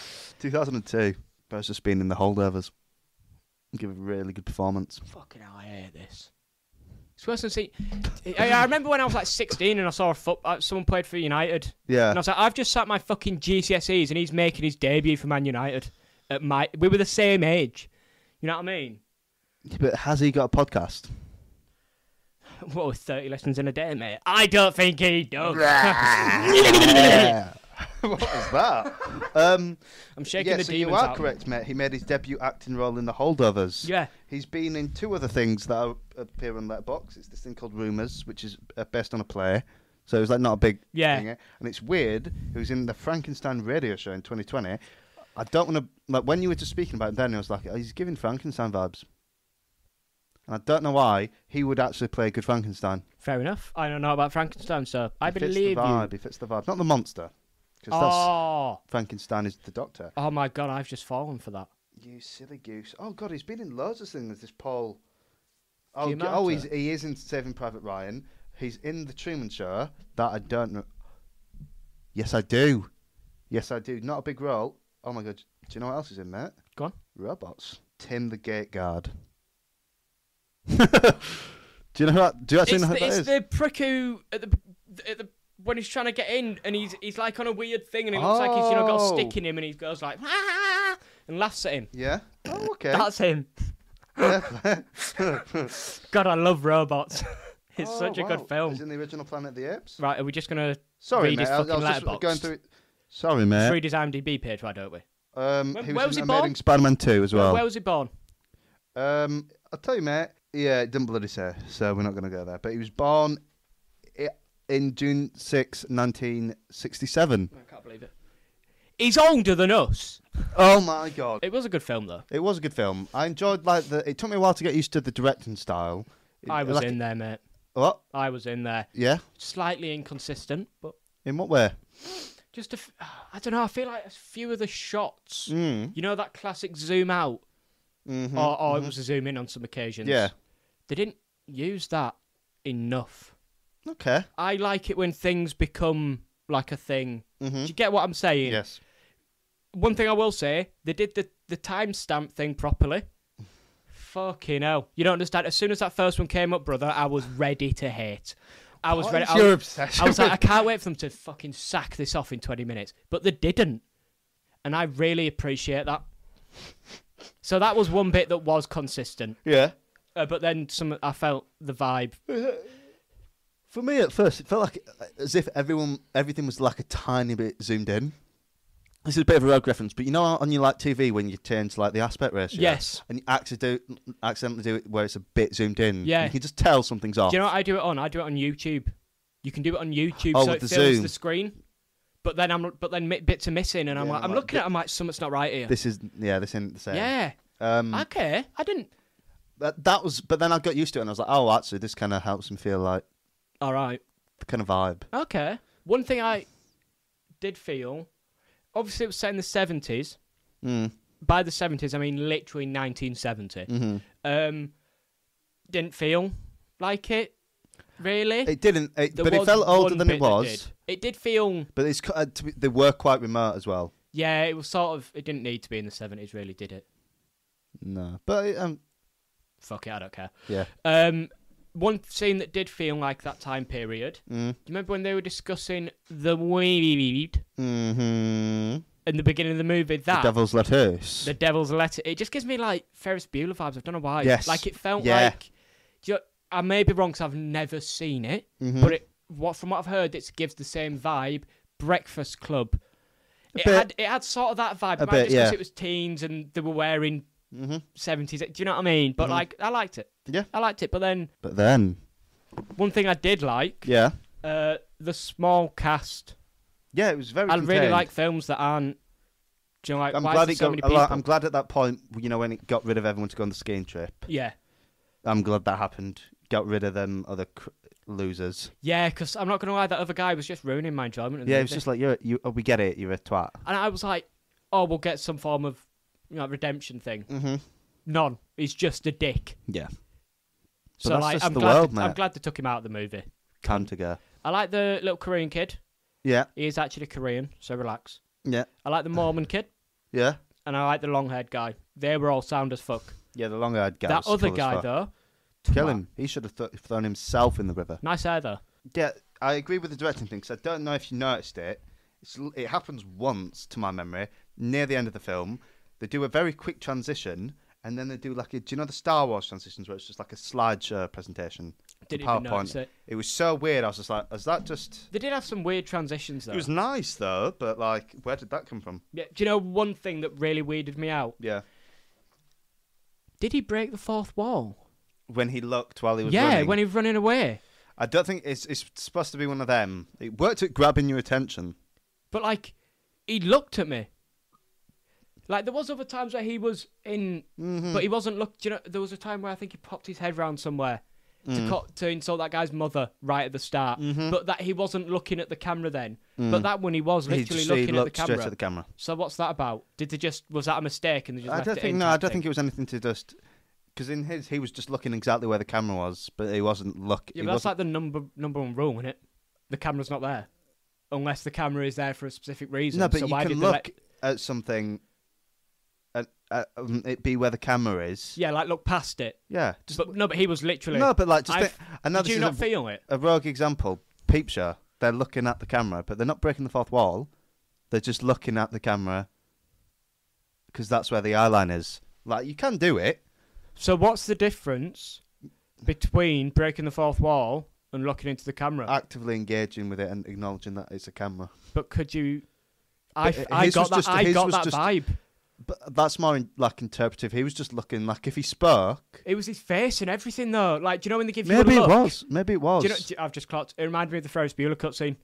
Speaker 1: 2002. But it's just been in the holdovers. Give a really good performance.
Speaker 2: Fucking hell! I hate this. It's worse than see. I, I remember when I was like 16 and I saw a foot. uh, Someone played for United. And I
Speaker 1: Yeah.
Speaker 2: was like, I've just sat my fucking GCSEs and he's making his debut for Man United. At my, we were the same age. You know what I mean?
Speaker 1: But has he got a podcast?
Speaker 2: What was 30 lessons in a day, mate? I don't think he does.
Speaker 1: Yeah. what was that? um,
Speaker 2: I'm shaking
Speaker 1: yeah,
Speaker 2: the
Speaker 1: so
Speaker 2: demons
Speaker 1: you are
Speaker 2: out.
Speaker 1: correct, mate. He made his debut acting role in The Holdovers.
Speaker 2: Yeah.
Speaker 1: He's been in two other things that are- appear on Letterbox. It's this thing called Rumours, which is uh, based on a play. So it's like not a big
Speaker 2: Yeah.
Speaker 1: thing. eh? And it's weird. It was in the Frankenstein radio show in 2020. I don't want to. Like, when you were just speaking about it then, I was like, oh, he's giving Frankenstein vibes. And I don't know why he would actually play a good Frankenstein.
Speaker 2: Fair enough. I don't know about Frankenstein, so I
Speaker 1: He fits
Speaker 2: believe
Speaker 1: the vibe.
Speaker 2: you.
Speaker 1: He fits the vibe. Not the monster. Because that's.
Speaker 2: Oh,
Speaker 1: Frankenstein is the doctor.
Speaker 2: oh my god, I've just fallen for that.
Speaker 1: You silly goose. Oh, God, he's been in loads of things, this Paul. Oh,
Speaker 2: Giamatti.
Speaker 1: g- oh he's, he is in Saving Private Ryan. He's in The Truman Show. That I don't know. Yes, I do. Yes, I do. Not a big role. Oh, my God. Do you know what else is in that?
Speaker 2: Go on.
Speaker 1: Robots. Tim the Gate Guard. do you know who that, do you actually
Speaker 2: It's
Speaker 1: know who
Speaker 2: the,
Speaker 1: that
Speaker 2: it's
Speaker 1: is?
Speaker 2: the prick who at the, at the when he's trying to get in and he's he's like on a weird thing and it looks like he's you know got a
Speaker 1: Oh.
Speaker 2: stick in him and he goes like "Ah," and laughs at him.
Speaker 1: Yeah. Oh, okay.
Speaker 2: That's him. God, I love robots. it's
Speaker 1: Oh,
Speaker 2: such a
Speaker 1: wow.
Speaker 2: good film.
Speaker 1: He's in the original Planet of the Apes.
Speaker 2: Right, are we just gonna
Speaker 1: Sorry,
Speaker 2: read
Speaker 1: mate.
Speaker 2: his
Speaker 1: I, I
Speaker 2: fucking
Speaker 1: was just
Speaker 2: letterbox?
Speaker 1: going through. Sorry, mate.
Speaker 2: read his IMDb page, why don't we?
Speaker 1: Um,
Speaker 2: When-
Speaker 1: he
Speaker 2: where
Speaker 1: was,
Speaker 2: was he
Speaker 1: in
Speaker 2: born?
Speaker 1: Amazing Spider-Man 2 as well.
Speaker 2: Where was he born?
Speaker 1: um, I'll tell you, mate. Yeah, it didn't bloody say, so we're not going to go there. But he was born i- in June 6, 1967.
Speaker 2: I can't believe it. He's older than us.
Speaker 1: Oh my god.
Speaker 2: It was a good film though.
Speaker 1: It was a good film. I enjoyed like the. It took me a while to get used to the directing style. It-
Speaker 2: I was
Speaker 1: like-
Speaker 2: in there, mate.
Speaker 1: What?
Speaker 2: I was in there.
Speaker 1: Yeah.
Speaker 2: Slightly inconsistent, but
Speaker 1: In what way?
Speaker 2: just a. F- I don't know. I feel like a few of the shots.
Speaker 1: Mm.
Speaker 2: You know that classic zoom out,
Speaker 1: Mm-hmm.
Speaker 2: or, or it was a zoom in on some occasions.
Speaker 1: Yeah.
Speaker 2: They didn't use that enough.
Speaker 1: Okay.
Speaker 2: I like it when things become like a thing.
Speaker 1: Mm-hmm.
Speaker 2: Do you get what I'm saying?
Speaker 1: Yes.
Speaker 2: One thing I will say, they did the the timestamp thing properly. Fucking hell! You don't understand. As soon as that first one came up, brother, I was ready to hate. I was ready. I was,
Speaker 1: obsession.
Speaker 2: I was like, I can't wait for them to fucking sack this off in 20 minutes. But they didn't. And I really appreciate that. So that was one bit that was consistent.
Speaker 1: yeah.
Speaker 2: Uh, but then some, I felt the vibe.
Speaker 1: For me, at first, it felt like as if everyone, everything was like a tiny bit zoomed in. This is a bit of a rogue reference, but you know, how on your like TV when you change like the aspect ratio.
Speaker 2: Yes.
Speaker 1: And you accidentally do, accidentally do it where it's a bit zoomed in.
Speaker 2: Yeah.
Speaker 1: You can just tell something's off.
Speaker 2: Do you know what I do it on? I do it on YouTube. You can do it on YouTube,
Speaker 1: Oh,
Speaker 2: so
Speaker 1: with
Speaker 2: it
Speaker 1: the
Speaker 2: fills
Speaker 1: zoom.
Speaker 2: the screen. But then I'm, but then mi- bits are missing, and I'm
Speaker 1: Yeah,
Speaker 2: like,
Speaker 1: I'm
Speaker 2: I'm
Speaker 1: like,
Speaker 2: looking at, it, I'm like, something's not right here.
Speaker 1: This is yeah, this isn't the same.
Speaker 2: yeah,
Speaker 1: Um,
Speaker 2: okay. I didn't.
Speaker 1: That, that was, but then I got used to it, and I was like, oh, actually, this kind of helps me feel like
Speaker 2: All right.
Speaker 1: the kind of vibe.
Speaker 2: Okay. One thing I did feel, obviously, it was set in the seventies.
Speaker 1: Mm.
Speaker 2: By the seventies, I mean literally 1970.
Speaker 1: hmm
Speaker 2: Um, didn't feel like it really,
Speaker 1: It didn't, it,
Speaker 2: There
Speaker 1: but it
Speaker 2: was
Speaker 1: felt older
Speaker 2: one
Speaker 1: than it
Speaker 2: bit that
Speaker 1: was.
Speaker 2: did. It did feel,
Speaker 1: But it's cu- uh, to be, they were quite remote as well.
Speaker 2: yeah, it was sort of. It didn't need to be in the seventies, really, did it?
Speaker 1: No, but it, um,
Speaker 2: Fuck it, I don't care.
Speaker 1: yeah,
Speaker 2: Um, one scene that did feel like that time period.
Speaker 1: mm.
Speaker 2: Do you remember when they were discussing the weed
Speaker 1: hmm
Speaker 2: in the beginning of the movie?
Speaker 1: the
Speaker 2: That
Speaker 1: devil's lettuce.
Speaker 2: The Devil's Letter. It just gives me like Ferris Bueller vibes. I don't know why.
Speaker 1: Yes.
Speaker 2: Like it felt
Speaker 1: Yeah.
Speaker 2: like. do You know, I may be wrong because I've never seen it,
Speaker 1: Mhm.
Speaker 2: but it what from what I've heard, it gives the same vibe. Breakfast Club.
Speaker 1: A
Speaker 2: It
Speaker 1: bit.
Speaker 2: had it had sort of that vibe.
Speaker 1: A
Speaker 2: It might be
Speaker 1: bit,
Speaker 2: just 'cause
Speaker 1: yeah.
Speaker 2: It was teens and they were wearing
Speaker 1: Mhm.
Speaker 2: seventies. Do you know what I mean? But
Speaker 1: Mhm.
Speaker 2: like, I liked it.
Speaker 1: Yeah.
Speaker 2: I liked it. But then
Speaker 1: But then,
Speaker 2: one thing I did like,
Speaker 1: yeah,
Speaker 2: uh, the small cast.
Speaker 1: yeah, it was very.
Speaker 2: I really
Speaker 1: contained.
Speaker 2: like films that aren't. Do you know, like,
Speaker 1: I'm
Speaker 2: why
Speaker 1: glad
Speaker 2: is
Speaker 1: it
Speaker 2: there so
Speaker 1: got.
Speaker 2: many
Speaker 1: a lot-
Speaker 2: people?
Speaker 1: I'm glad at that point, you know, when it got rid of everyone to go on the skiing trip.
Speaker 2: Yeah.
Speaker 1: I'm glad that happened. Got rid of them other cr- losers.
Speaker 2: Yeah, because I'm not gonna lie, that other guy was just ruining my enjoyment. of the
Speaker 1: Yeah, it was
Speaker 2: movie.
Speaker 1: just like you're. You, oh, we get it. You're a twat.
Speaker 2: and I was like, oh, we'll get some form of you know, redemption thing.
Speaker 1: Mm-hmm.
Speaker 2: None. He's just a dick.
Speaker 1: Yeah,
Speaker 2: So
Speaker 1: that's
Speaker 2: like,
Speaker 1: just
Speaker 2: I'm
Speaker 1: the
Speaker 2: glad
Speaker 1: world,
Speaker 2: they, I'm
Speaker 1: mate.
Speaker 2: glad they took him out of the movie.
Speaker 1: Cantiga.
Speaker 2: I like the little Korean kid.
Speaker 1: Yeah,
Speaker 2: He is actually Korean, so relax.
Speaker 1: yeah,
Speaker 2: I like the Mormon kid,
Speaker 1: yeah,
Speaker 2: and I like the long-haired guy. They were all sound as fuck.
Speaker 1: yeah. The long eyed guy.
Speaker 2: that
Speaker 1: was
Speaker 2: other
Speaker 1: cool as
Speaker 2: guy
Speaker 1: fuck.
Speaker 2: though,
Speaker 1: Kill
Speaker 2: twat.
Speaker 1: him. He should have th- thrown himself in the river.
Speaker 2: Nice hair though.
Speaker 1: Yeah, I agree with the directing thing because I don't know if you noticed it. It's, l- it happens once, to my memory, near the end of the film. They do a very quick transition, and then they do like a. Do you know the Star Wars transitions where it's just like a slideshow presentation?
Speaker 2: Didn't
Speaker 1: the
Speaker 2: even notice it.
Speaker 1: It was so weird. I was just like, is that just?
Speaker 2: They did have some weird transitions though.
Speaker 1: It was nice though, but like, where did that come from?
Speaker 2: Yeah, do you know one thing that really weirded me out?
Speaker 1: Yeah,
Speaker 2: Did he break the fourth wall?
Speaker 1: when he looked while he was
Speaker 2: Yeah,
Speaker 1: running.
Speaker 2: when he was running away.
Speaker 1: I don't think it's it's supposed to be one of them. It worked at grabbing your attention.
Speaker 2: But like, he looked at me. Like there was other times where he was in,
Speaker 1: Mm-hmm.
Speaker 2: but he wasn't look. do You know, there was a time where I think he popped his head round somewhere
Speaker 1: Mm.
Speaker 2: to cut, to insult that guy's mother right at the start.
Speaker 1: Mm-hmm.
Speaker 2: But that he wasn't looking at the camera then. But that one he was
Speaker 1: Mm. He
Speaker 2: literally
Speaker 1: just- he
Speaker 2: looking at the
Speaker 1: looked
Speaker 2: camera.
Speaker 1: straight at the camera.
Speaker 2: So what's that about? Did they just was that a mistake and they just
Speaker 1: I
Speaker 2: left
Speaker 1: don't
Speaker 2: it
Speaker 1: think
Speaker 2: in
Speaker 1: no,
Speaker 2: type
Speaker 1: I don't
Speaker 2: thing?
Speaker 1: think it was anything to just because in his he was just looking exactly where the camera was, but he wasn't looking.
Speaker 2: Yeah, but that's like the number number one rule, isn't it? The camera's not there unless the camera is there for a specific reason.
Speaker 1: no, but
Speaker 2: so
Speaker 1: you
Speaker 2: why
Speaker 1: can
Speaker 2: did
Speaker 1: look
Speaker 2: they let-
Speaker 1: at something. At, at, um, it be where the camera is.
Speaker 2: yeah, like look past it.
Speaker 1: Yeah, just
Speaker 2: But no, but he was literally.
Speaker 1: no, but like just
Speaker 2: I've-
Speaker 1: think, I know
Speaker 2: did
Speaker 1: this
Speaker 2: you
Speaker 1: is
Speaker 2: not
Speaker 1: a,
Speaker 2: feel it?
Speaker 1: a rogue example. Peep show. They're looking at the camera, but they're not breaking the fourth wall. They're just looking at the camera because that's where the eye line is. Like you can do it.
Speaker 2: So what's the difference between breaking the fourth wall and looking into the camera?
Speaker 1: actively engaging with it and acknowledging that it's a camera.
Speaker 2: but could you? I,
Speaker 1: But uh,
Speaker 2: I
Speaker 1: his was
Speaker 2: got that.
Speaker 1: just-
Speaker 2: I
Speaker 1: his
Speaker 2: got
Speaker 1: was
Speaker 2: that
Speaker 1: just-
Speaker 2: vibe.
Speaker 1: But that's more in, like interpretive. He was just looking like if he spoke.
Speaker 2: It was his face and everything, though. Like, do you know when they give
Speaker 1: Maybe
Speaker 2: you a
Speaker 1: it
Speaker 2: look?
Speaker 1: was. Maybe it was.
Speaker 2: Do you know, do you- I've just clocked. It reminded me of the Ferris Bueller cutscene.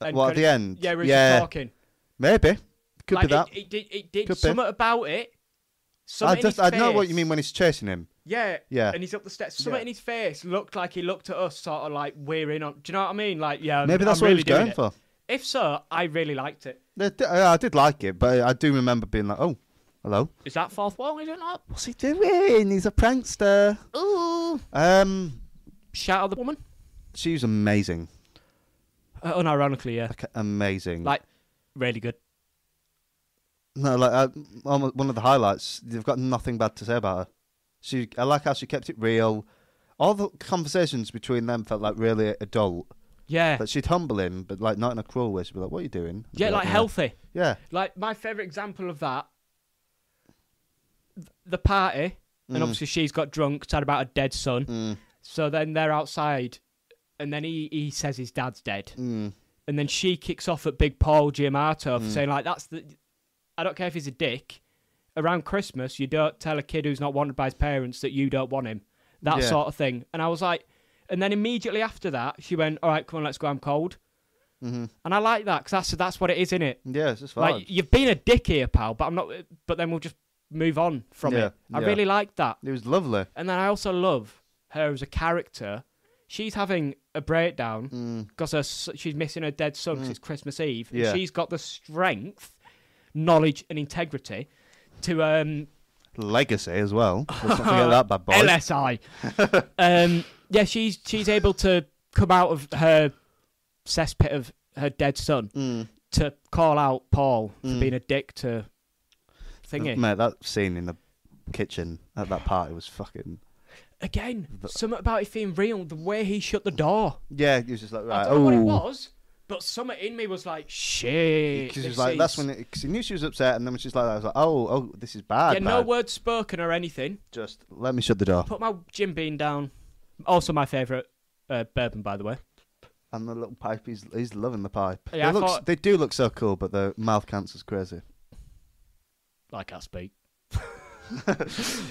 Speaker 1: well, at
Speaker 2: credit-
Speaker 1: the end.
Speaker 2: Yeah, we were
Speaker 1: yeah.
Speaker 2: talking.
Speaker 1: Maybe. Could
Speaker 2: like,
Speaker 1: be that.
Speaker 2: It, it, did- it did
Speaker 1: Could be.
Speaker 2: something about it.
Speaker 1: I
Speaker 2: Something in
Speaker 1: just
Speaker 2: his
Speaker 1: I know what
Speaker 2: face-
Speaker 1: you mean when he's chasing him.
Speaker 2: Yeah.
Speaker 1: Yeah.
Speaker 2: And he's up the steps. Something
Speaker 1: Yeah.
Speaker 2: in his face looked like he looked at us, sort of like we're in on. Do you know what I mean? Like, yeah. I'm-
Speaker 1: Maybe that's
Speaker 2: I'm
Speaker 1: what
Speaker 2: really
Speaker 1: he was going
Speaker 2: doing it.
Speaker 1: for.
Speaker 2: If so, I really liked it.
Speaker 1: I did- I did like it, but I do remember being like, "Oh, hello,
Speaker 2: Is that fourth wall? Is it not?
Speaker 1: what's he doing? He's a prankster."
Speaker 2: Ooh.
Speaker 1: Um,
Speaker 2: Shout out the woman.
Speaker 1: she was amazing,
Speaker 2: Uh, unironically, yeah.
Speaker 1: like amazing.
Speaker 2: Like, really good.
Speaker 1: no, like uh, almo- one of the highlights. They've got nothing bad to say about her. She, I like how she kept it real. All the conversations between them felt like really adult.
Speaker 2: Yeah.
Speaker 1: Like she'd humble him, but like not in a cruel way. She'd be like, "What are you doing?" And
Speaker 2: yeah,
Speaker 1: be
Speaker 2: like
Speaker 1: "No."
Speaker 2: healthy.
Speaker 1: Yeah,
Speaker 2: Like, my favourite example of that th- the party. And
Speaker 1: Mm.
Speaker 2: obviously, she's got drunk, sad about a dead son.
Speaker 1: Mm,
Speaker 2: So then they're outside, and then he, he says his dad's dead.
Speaker 1: mm.
Speaker 2: and then she kicks off at Big Paul Giamatti for
Speaker 1: Mm.
Speaker 2: saying like that's the I don't care if he's a dick. Around Christmas, you don't tell a kid who's not wanted by his parents that you don't want him. That
Speaker 1: Yeah.
Speaker 2: sort of thing. And I was like, and then immediately after that, she went, "All right, come on, let's go. I'm cold."
Speaker 1: Mhm.
Speaker 2: And I like that because that's that's what it is, isn't it?
Speaker 1: yeah. It's just fine.
Speaker 2: Like you've been a dick here, pal, but I'm not. But then we'll just move on from
Speaker 1: Yeah,
Speaker 2: it. I
Speaker 1: yeah.
Speaker 2: really like that.
Speaker 1: it was lovely.
Speaker 2: And then I also love her as a character. She's having a breakdown
Speaker 1: Mm.
Speaker 2: because her s- she's missing her dead son 'cause
Speaker 1: Mm.
Speaker 2: it's Christmas Eve. and
Speaker 1: Yeah.
Speaker 2: she's got the strength, knowledge, and integrity to um,
Speaker 1: Legacy as well. Let's not forget that bad boy.
Speaker 2: LSI. um, yeah, she's she's able to come out of her cesspit of her dead son
Speaker 1: Mm.
Speaker 2: to call out Paul for
Speaker 1: Mm. Uh,
Speaker 2: being a dick to thingy
Speaker 1: Mate, that scene in the kitchen at that party was fucking.
Speaker 2: again. Something about it being real. The way he shut the door.
Speaker 1: Yeah, he was just like, right,
Speaker 2: I don't know what it
Speaker 1: oh.
Speaker 2: was, but something in me was like, shit.
Speaker 1: Because he
Speaker 2: this
Speaker 1: was like, that's
Speaker 2: is-
Speaker 1: when, because he knew she was upset, and then when she's like, that, I was like, oh, oh, this is bad.
Speaker 2: yeah, no
Speaker 1: bad.
Speaker 2: words spoken or anything.
Speaker 1: Just let me shut the door.
Speaker 2: Put my Jim Bean down. Also, my favourite uh, bourbon, by the way.
Speaker 1: And the little pipe, he's, he's loving the pipe.
Speaker 2: Yeah, I
Speaker 1: they, looks,
Speaker 2: thought-
Speaker 1: they do look so cool, but the mouth cancer's crazy.
Speaker 2: I can't speak.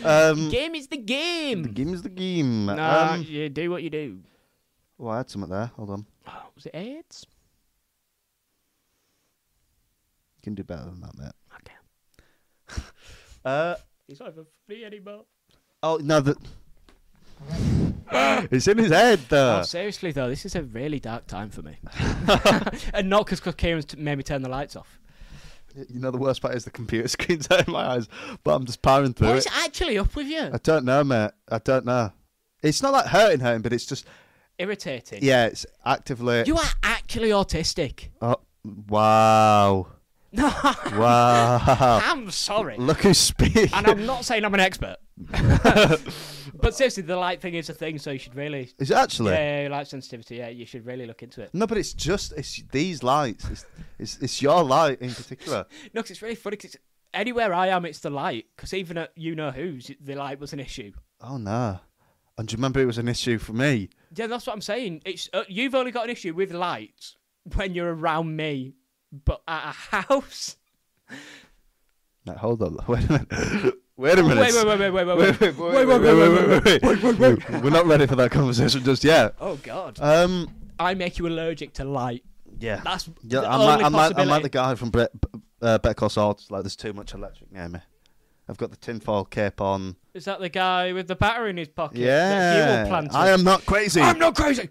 Speaker 1: Um,
Speaker 2: Game is the
Speaker 1: the
Speaker 2: game.
Speaker 1: game's the game.
Speaker 2: Nah,
Speaker 1: Um,
Speaker 2: you do what you do.
Speaker 1: oh, I had something there. Hold on.
Speaker 2: Oh, was it AIDS?
Speaker 1: You can do better than that, mate.
Speaker 2: Okay.
Speaker 1: Uh,
Speaker 2: He's not even funny anymore.
Speaker 1: oh, no, the... it's in his head, though.
Speaker 2: oh, seriously though, this is a really dark time for me. and not because Kieran's t- made me turn the lights off.
Speaker 1: You know, the worst part is the computer screen's out of my eyes, but I'm just powering through
Speaker 2: What's
Speaker 1: it.
Speaker 2: actually up with you?
Speaker 1: I don't know, mate. I don't know. It's not like hurting, hurting, but it's just,
Speaker 2: Irritating.
Speaker 1: yeah, it's actively.
Speaker 2: You are actually autistic.
Speaker 1: Oh, wow.
Speaker 2: No,
Speaker 1: Wow.
Speaker 2: I'm sorry.
Speaker 1: Oh. Look who's speaking.
Speaker 2: and I'm not saying I'm an expert. but seriously, the light thing is a thing, so you should really
Speaker 1: Is it actually?
Speaker 2: Yeah, yeah, light sensitivity. Yeah, you should really look into it.
Speaker 1: No, but it's just, it's these lights. It's, it's, it's your light in particular.
Speaker 2: No, 'cause it's really funny. 'cause it's anywhere I am, it's the light. Because even at you know who's, the light was an issue.
Speaker 1: Oh, no. And do you remember it was an issue for me?
Speaker 2: Yeah, that's what I'm saying. It's uh, you've only got an issue with light when you're around me, but at a house.
Speaker 1: No, hold on. Wait a minute. Wait a minute.
Speaker 2: Wait, wait, wait, wait, wait, wait,
Speaker 1: Oh, wait,
Speaker 2: wait.
Speaker 1: wait, wait, wait, wait, wait, wait, wait. We're not ready for that conversation just yet.
Speaker 2: Oh God,
Speaker 1: Um,
Speaker 2: I make you allergic to light.
Speaker 1: yeah.
Speaker 2: That's
Speaker 1: Yeah,
Speaker 2: the
Speaker 1: I'm
Speaker 2: only
Speaker 1: like, I'm, like, I'm
Speaker 2: possibility.
Speaker 1: like the guy from Bre- B- uh, Better Call Saul. It's Like, there's too much electric near me. I've got the tinfoil cape on.
Speaker 2: Is that the guy with the batter in his pocket?
Speaker 1: Yeah, I am not crazy.
Speaker 2: I'm not crazy.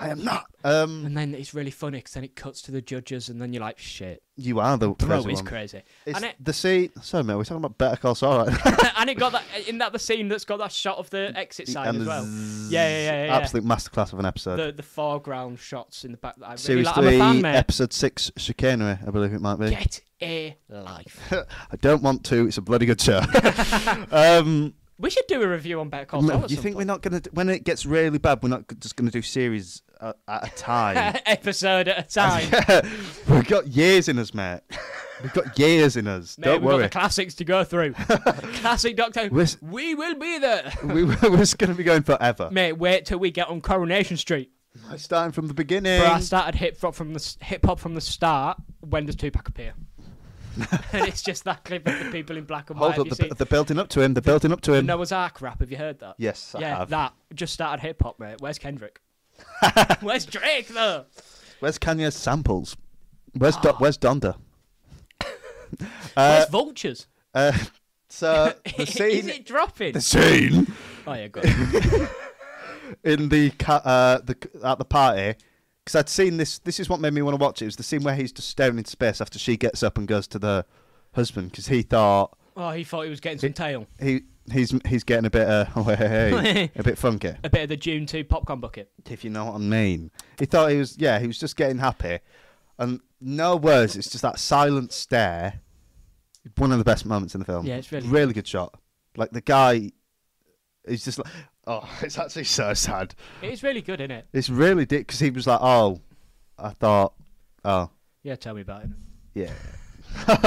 Speaker 1: I am not. Um,
Speaker 2: And then it's really funny because then it cuts to the judges, and then you're like, shit,
Speaker 1: you are the
Speaker 2: bro
Speaker 1: crazy
Speaker 2: is
Speaker 1: one.
Speaker 2: crazy.
Speaker 1: It's
Speaker 2: and it,
Speaker 1: the sea. Sorry, mate. We're talking about Better Call Saul. Right?
Speaker 2: and it got that in that the scene that's got that shot of the exit side
Speaker 1: And
Speaker 2: as
Speaker 1: the
Speaker 2: well.
Speaker 1: zzz-
Speaker 2: Yeah, yeah, yeah, yeah, yeah.
Speaker 1: Absolute masterclass of an episode.
Speaker 2: The the foreground shots in the back. That I really
Speaker 1: Series
Speaker 2: like.
Speaker 1: three,
Speaker 2: I'm a fan, mate.
Speaker 1: episode six, chicanery. I believe it might be.
Speaker 2: Get a life.
Speaker 1: I don't want to. It's a bloody good show. um,
Speaker 2: we should do a review on Better Call
Speaker 1: no,
Speaker 2: Saul. at
Speaker 1: you
Speaker 2: some
Speaker 1: think we're
Speaker 2: point.
Speaker 1: not gonna? d- When it gets really bad, we're not g- just gonna do series at, at a time.
Speaker 2: episode at a time?
Speaker 1: We've got years in us, mate. We've got years in us.
Speaker 2: Mate,
Speaker 1: Don't
Speaker 2: we've got
Speaker 1: worry.
Speaker 2: the classics to go through. Classic Doctor.
Speaker 1: We're s-
Speaker 2: We will be there.
Speaker 1: we, we're just going to be going forever.
Speaker 2: Mate, wait till we get on Coronation Street.
Speaker 1: Starting from the beginning.
Speaker 2: Bro, I started hip hop from the s- hip hop from the start. When does Tupac appear? and it's just that clip of the people in black and
Speaker 1: Hold
Speaker 2: white. Have
Speaker 1: up,
Speaker 2: you
Speaker 1: the,
Speaker 2: seen
Speaker 1: the building up to him. The building up to
Speaker 2: the
Speaker 1: him.
Speaker 2: Noah's Ark rap? Have you heard that?
Speaker 1: Yes, I
Speaker 2: yeah,
Speaker 1: have.
Speaker 2: that just started hip hop, mate. Where's Kendrick? Where's Drake though?
Speaker 1: Where's Kanye's samples? Where's Do- Where's Donda? Uh,
Speaker 2: Where's vultures?
Speaker 1: uh, so the
Speaker 2: Is
Speaker 1: scene,
Speaker 2: it dropping?
Speaker 1: the scene
Speaker 2: Oh yeah, good.
Speaker 1: in the ca- uh, the at the party because I'd seen this. This is what made me want to watch it. It was the scene where he's just staring into space after she gets up and goes to the husband because he thought
Speaker 2: oh, he thought he was getting some tail.
Speaker 1: he he's he's getting a bit uh, a bit funky.
Speaker 2: A bit of the June two popcorn bucket.
Speaker 1: If you know what I mean, he thought he was yeah he was just getting happy, and no words. It's just that silent stare. One of the best moments in the film.
Speaker 2: Yeah, it's really-
Speaker 1: really good shot. Like the guy, he's just like oh, it's actually so sad.
Speaker 2: It is really good, isn't it?
Speaker 1: It's really dick because he was like, "Oh, I thought, oh,
Speaker 2: Yeah, tell me about it.
Speaker 1: yeah."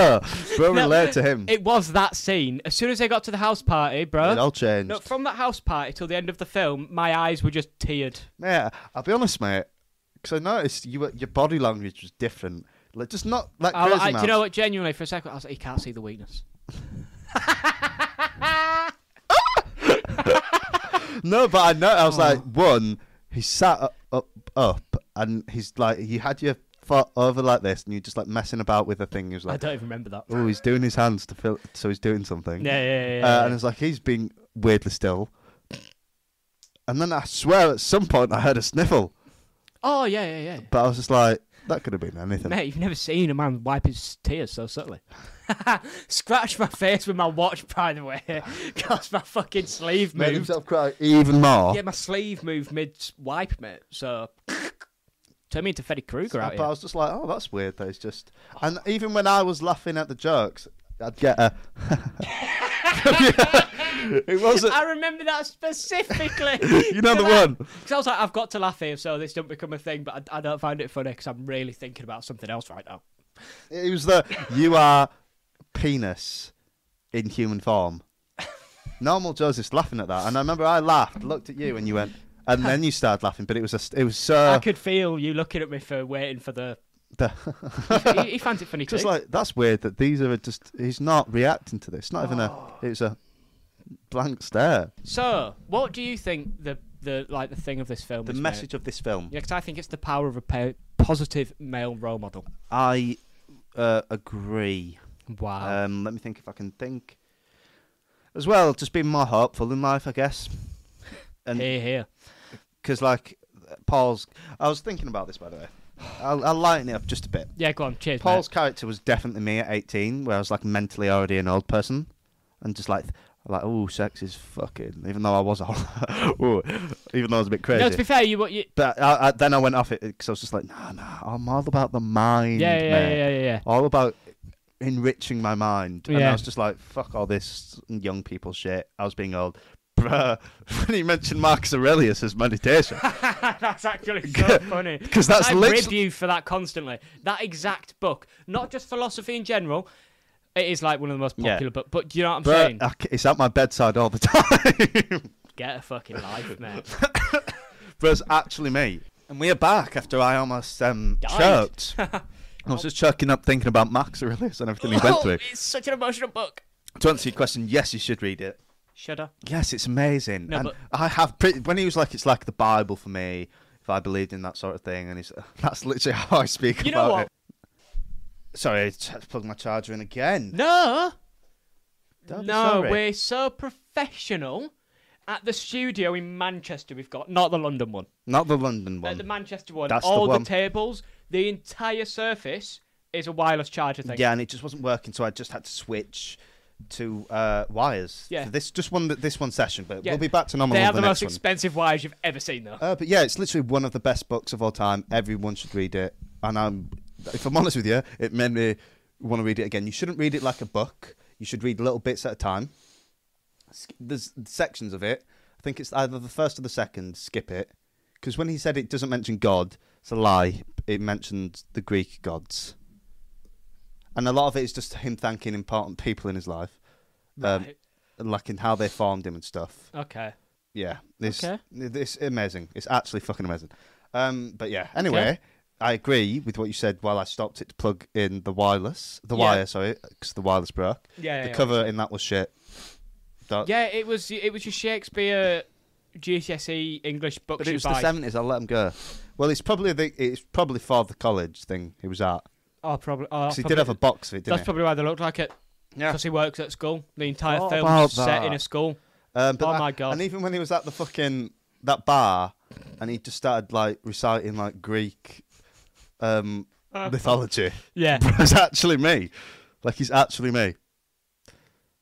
Speaker 1: bro,
Speaker 2: No,
Speaker 1: relate to him. It,
Speaker 2: It was that scene. As soon as I got to the house party, bro.
Speaker 1: Mm. all changed.
Speaker 2: No, from that house party till the end of the film, my eyes were just teared.
Speaker 1: yeah, I'll be honest, mate. Because I noticed you, were- your body language was different. Like, just not like
Speaker 2: I,
Speaker 1: crazy
Speaker 2: I, do you
Speaker 1: Mouse.
Speaker 2: know what? Genuinely, for a second, I was like, he can't see the weakness.
Speaker 1: No, but I know. I was
Speaker 2: Oh.
Speaker 1: like, one, he sat up, up, up, and he's like, you had your foot over like this, and you're just like messing about with the thing. He was
Speaker 2: I
Speaker 1: like,
Speaker 2: don't even remember that.
Speaker 1: oh, he's doing his hands to feel, so he's doing something.
Speaker 2: Yeah, yeah, yeah.
Speaker 1: Uh,
Speaker 2: yeah.
Speaker 1: and it's like he's being weirdly still. And then I swear at some point I heard a sniffle,
Speaker 2: oh, yeah, yeah, yeah.
Speaker 1: but I was just like, that could have been anything.
Speaker 2: Mate, you've never seen a man wipe his tears so subtly. Scratch my face with my watch, by the way, because my fucking sleeve
Speaker 1: Made
Speaker 2: moved.
Speaker 1: himself cry even more.
Speaker 2: Yeah, my sleeve moved mid wipe, mate. So turn me into Freddy Krueger out
Speaker 1: but I
Speaker 2: here.
Speaker 1: was just like, oh, that's weird. That it's just.
Speaker 2: Oh.
Speaker 1: And even when I was laughing at the jokes, I'd get a. it wasn't.
Speaker 2: I remember that specifically.
Speaker 1: You know the one.
Speaker 2: Because I was like, I've got to laugh here, so this don't become a thing. But I, I don't find it funny because I'm really thinking about something else right now.
Speaker 1: It was the you are penis in human form. Normal Joe's just laughing at that, and I remember I laughed, looked at you, and you went, and then you started laughing. But it was a, it was
Speaker 2: I
Speaker 1: so
Speaker 2: could feel you looking at me for waiting for the.
Speaker 1: the-
Speaker 2: he, he finds it funny too.
Speaker 1: just like that's weird that these are just he's not reacting to this. Not even
Speaker 2: Oh.
Speaker 1: a it was a blank stare.
Speaker 2: So, what do you think the the like the thing of this film?
Speaker 1: The
Speaker 2: is, mate?
Speaker 1: message of this film,
Speaker 2: Yeah, because I think it's the power of a pa- positive male role model.
Speaker 1: I uh, agree.
Speaker 2: Wow.
Speaker 1: Um, let me think if I can think. As well, just being more hopeful in life, I guess. And
Speaker 2: here, here.
Speaker 1: because like Paul's, I was thinking about this by the way. I'll, I'll lighten it up just a bit.
Speaker 2: Yeah, go on. Cheers, mate.
Speaker 1: Paul's character was definitely me at 18, where I was like mentally already an old person, and just like like oh, sex is fucking. Even though I was a, ooh, even though I was a bit crazy.
Speaker 2: No, to be fair, you, what you
Speaker 1: but I, I, then I went off it because I was just like, nah, nah, I'm all about the mind,
Speaker 2: yeah, yeah, yeah,
Speaker 1: mate.
Speaker 2: yeah, yeah, yeah.
Speaker 1: all about enriching my mind. And I
Speaker 2: Yeah.
Speaker 1: was just like, fuck all this young people shit. I was being old. Bruh, when he mentioned Marcus Aurelius as meditation,
Speaker 2: that's actually so funny.
Speaker 1: 'Cause that's
Speaker 2: I rib
Speaker 1: literally-
Speaker 2: you for that constantly. That exact book, not just philosophy in general. It is like one of the most
Speaker 1: Yeah. uh,
Speaker 2: popular book. But do you know what I'm
Speaker 1: Bruh,
Speaker 2: saying?
Speaker 1: I c- it's at my bedside all the time.
Speaker 2: Get a fucking life, man.
Speaker 1: Bruh's actually me. And we are back after I almost um,
Speaker 2: Died.
Speaker 1: choked. I was just choking up thinking about Marcus Aurelius and everything he went through.
Speaker 2: it's such an emotional book.
Speaker 1: To answer your question, yes, you should read it.
Speaker 2: Shudder.
Speaker 1: Yes, it's amazing.
Speaker 2: No,
Speaker 1: and
Speaker 2: but-
Speaker 1: I have pretty, when he was like, it's like the Bible for me. If I believed in that sort of thing, and he's that's literally how I speak
Speaker 2: You know
Speaker 1: about
Speaker 2: what?
Speaker 1: it. Sorry, I just had to plug my charger in again.
Speaker 2: No.
Speaker 1: Don't be
Speaker 2: no,
Speaker 1: sorry.
Speaker 2: we're so professional. At the studio in Manchester, we've got not the London one.
Speaker 1: not the London
Speaker 2: At
Speaker 1: one.
Speaker 2: the Manchester one,
Speaker 1: That's the
Speaker 2: all the,
Speaker 1: one.
Speaker 2: tables, the entire surface is a wireless charger thing.
Speaker 1: yeah, and it just wasn't working, so I just had to switch to uh, wires.
Speaker 2: Yeah.
Speaker 1: for this just one this one session, but
Speaker 2: Yeah.
Speaker 1: we'll be back to normal.
Speaker 2: they
Speaker 1: on
Speaker 2: are the,
Speaker 1: the,
Speaker 2: most
Speaker 1: next one.
Speaker 2: expensive wires you've ever seen, though.
Speaker 1: Uh, but yeah, it's literally one of the best books of all time. Everyone should read it. And I'm, if I'm honest with you, it made me want to read it again. You shouldn't read it like a book. You should read little bits at a time. Sk- There's sections of it. I think it's either the first or the second. Skip it, because when he said it doesn't mention God, it's a lie. It mentioned the Greek gods, and a lot of it is just him thanking important people in his life, um,
Speaker 2: Right.
Speaker 1: like in how they formed him and stuff.
Speaker 2: Okay.
Speaker 1: Yeah. This,
Speaker 2: Okay.
Speaker 1: This amazing. It's actually fucking amazing. Um, but yeah. Anyway, I agree with what you said. While I stopped it to plug in the wireless, the
Speaker 2: Yeah.
Speaker 1: wire, sorry, because the wireless broke.
Speaker 2: Yeah,
Speaker 1: The
Speaker 2: yeah,
Speaker 1: cover in that was shit. That-
Speaker 2: Yeah, it was it was your Shakespeare GCSE E English book.
Speaker 1: But
Speaker 2: you
Speaker 1: it was
Speaker 2: buy.
Speaker 1: the seventies. I let him go. Well, it's probably the, it's probably for the college thing he was at.
Speaker 2: Oh, probably. Oh,
Speaker 1: 'Cause he
Speaker 2: probably-
Speaker 1: did have a box of it,
Speaker 2: That's
Speaker 1: didn't he?
Speaker 2: probably why they look like it.
Speaker 1: Yeah.
Speaker 2: Because he works at school. The entire
Speaker 1: What
Speaker 2: film
Speaker 1: about
Speaker 2: is set in
Speaker 1: that?
Speaker 2: a school.
Speaker 1: Um,
Speaker 2: Oh
Speaker 1: that-
Speaker 2: my God.
Speaker 1: And even when he was at the fucking that bar, and he just started like reciting like Greek um,
Speaker 2: Uh,
Speaker 1: mythology,
Speaker 2: Yeah.
Speaker 1: it was actually me. Like he's actually me.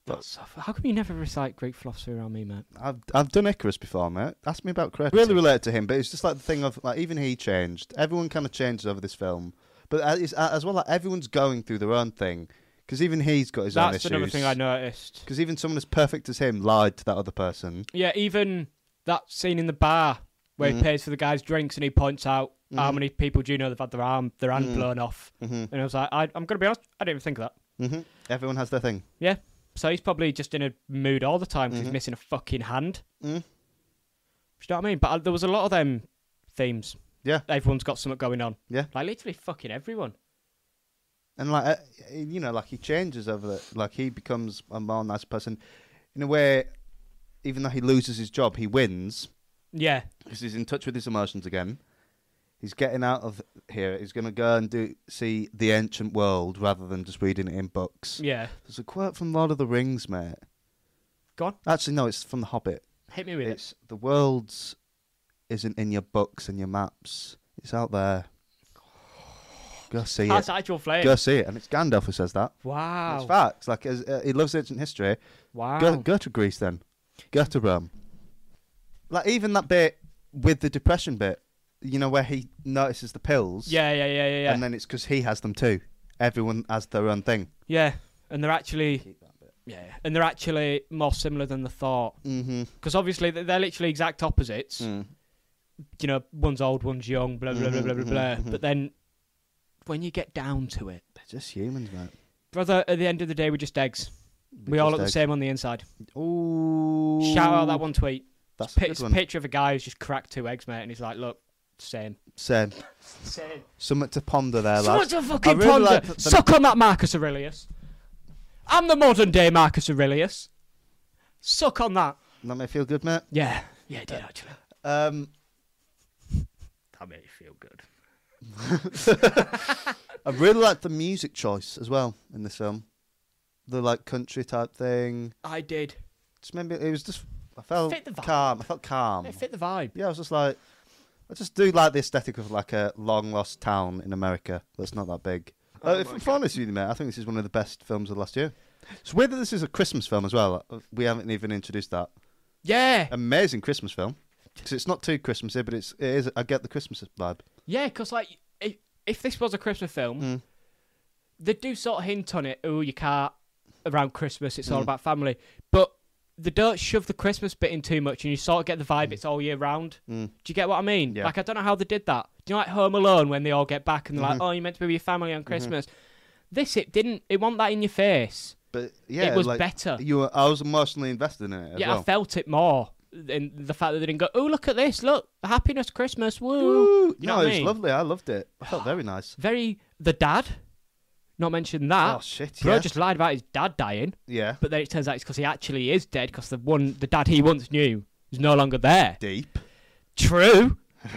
Speaker 2: That's so fu- How come you never recite Greek philosophy around me, mate?
Speaker 1: I've I've done Icarus before, mate. Ask me about Kratos. Really related to him, but it's just like the thing of like even he changed. Everyone kind of changes over this film, but uh, it's, uh, as well like everyone's going through their own thing because even he's got his own
Speaker 2: That's
Speaker 1: issues.
Speaker 2: another thing I noticed.
Speaker 1: Because even someone as perfect as him lied to that other person.
Speaker 2: Yeah, even that scene in the bar where he
Speaker 1: Mhm. pays
Speaker 2: pays for the guy's drinks and he points out how
Speaker 1: Mhm.
Speaker 2: many people do you know they've had their arm their hand
Speaker 1: Mhm.
Speaker 2: blown off.
Speaker 1: hmm
Speaker 2: And I was like, I, I'm going to be honest, I didn't even think of that.
Speaker 1: hmm Everyone has their thing.
Speaker 2: So he's probably just in a mood all the time 'cause
Speaker 1: Mhm.
Speaker 2: he's missing a fucking hand.
Speaker 1: Mm.
Speaker 2: Do you know what I mean? But uh, there was a lot of them themes.
Speaker 1: Yeah.
Speaker 2: Everyone's got something going on.
Speaker 1: Yeah.
Speaker 2: Like literally fucking everyone.
Speaker 1: and like uh, you know, like he changes over the like he becomes a more nice person in a way. Even though he loses his job, he wins
Speaker 2: Yeah.
Speaker 1: because he's in touch with his emotions again. He's getting out of here. He's going to go and do see the ancient world rather than just reading it in books.
Speaker 2: Yeah.
Speaker 1: There's a quote from Lord of the Rings, mate.
Speaker 2: Go on.
Speaker 1: Actually, no, it's from The Hobbit.
Speaker 2: Hit me with it.
Speaker 1: It's the world's isn't in your books and your maps. It's out there. Go see
Speaker 2: That's
Speaker 1: it.
Speaker 2: actual flame.
Speaker 1: Go see it. And it's Gandalf who says that. It's
Speaker 2: Wow.
Speaker 1: facts. Like as, uh, he loves ancient history.
Speaker 2: Wow.
Speaker 1: Go, go to Greece then. Go to Rome. Like even that bit with the depression bit, you know, where he notices the pills.
Speaker 2: Yeah, yeah, yeah, yeah, yeah.
Speaker 1: And then it's because he has them too. Everyone has their own thing.
Speaker 2: yeah. And they're actually
Speaker 1: Keep that bit.
Speaker 2: yeah, yeah. and they're actually more similar than the thought
Speaker 1: Mm-hmm.
Speaker 2: because obviously they- they're literally exact opposites.
Speaker 1: Mm.
Speaker 2: You know, one's old, one's young, blah blah blah
Speaker 1: Mhm,
Speaker 2: blah blah
Speaker 1: mhm,
Speaker 2: blah.
Speaker 1: mhm.
Speaker 2: But then when you get down to it,
Speaker 1: They're just humans, mate.
Speaker 2: brother, at the end of the day, we're just eggs. We, all look the same on the inside.
Speaker 1: same. Ooh.
Speaker 2: Shout out that one tweet.
Speaker 1: That's
Speaker 2: Pi-
Speaker 1: a
Speaker 2: it's
Speaker 1: good
Speaker 2: a
Speaker 1: one.
Speaker 2: picture of a guy who's just cracked two eggs, mate, and he's like, "Look, same,
Speaker 1: Same.
Speaker 2: same."
Speaker 1: Something to ponder there,
Speaker 2: So
Speaker 1: lads.
Speaker 2: much a fucking
Speaker 1: really
Speaker 2: ponder.
Speaker 1: like that the-
Speaker 2: Suck on that Marcus Aurelius. I'm the modern day Marcus Aurelius. Suck on that.
Speaker 1: That may feel good, mate.
Speaker 2: Yeah. Yeah, it did actually.
Speaker 1: Um,
Speaker 2: That made me feel good.
Speaker 1: I really like the music choice as well in this film. The like country type thing.
Speaker 2: I did.
Speaker 1: Just maybe it was just I felt
Speaker 2: Fit the vibe.
Speaker 1: calm. I felt calm.
Speaker 2: It fit the vibe.
Speaker 1: Yeah, I was just like, I just do like the aesthetic of like a long lost town in America that's not that big.
Speaker 3: Oh
Speaker 1: uh, if
Speaker 3: my
Speaker 1: I'm honest with you, mate, I think this is one of the best films of last year. It's weird that this is a Christmas film as well. Uh, We haven't even introduced that.
Speaker 2: Yeah.
Speaker 1: Amazing Christmas film. 'Cause it's not too Christmassy, but it's it is. I get the Christmas vibe.
Speaker 2: Yeah, because, like, if, if this was a Christmas film,
Speaker 1: Mm.
Speaker 2: they do sort of hint on it. Oh, you can't around Christmas. It's all
Speaker 1: Mm.
Speaker 2: about family. But they don't shove the Christmas bit in too much, and you sort of get the vibe. It's all year round.
Speaker 1: Mm.
Speaker 2: Do you get what I mean?
Speaker 1: Yeah.
Speaker 2: Like, I don't know how they did that. Do you know, like Home Alone when they all get back and they're
Speaker 1: Mhm.
Speaker 2: like, "Oh, you meant to be with your family
Speaker 1: Mm-hmm.
Speaker 2: on Christmas." This it didn't. It wasn't that in your face.
Speaker 1: But yeah,
Speaker 2: it was
Speaker 1: like,
Speaker 2: better.
Speaker 1: You, were, I was emotionally invested in it as
Speaker 2: yeah,
Speaker 1: well.
Speaker 2: I felt it more than the fact that they didn't go. Oh, look at this! Look, happiness, Christmas, woo!
Speaker 1: Ooh,
Speaker 2: You know
Speaker 1: no,
Speaker 2: what I
Speaker 1: it was
Speaker 2: mean?
Speaker 1: lovely. I loved it. I felt very nice.
Speaker 2: Very the dad. Not mention that.
Speaker 1: oh shit!
Speaker 2: Ah. Bro
Speaker 1: Yeah,
Speaker 2: just lied about his dad dying,
Speaker 1: yeah.
Speaker 2: but then it turns out it's because he actually is dead because the one the dad he once knew is no longer there.
Speaker 1: Deep.
Speaker 2: True.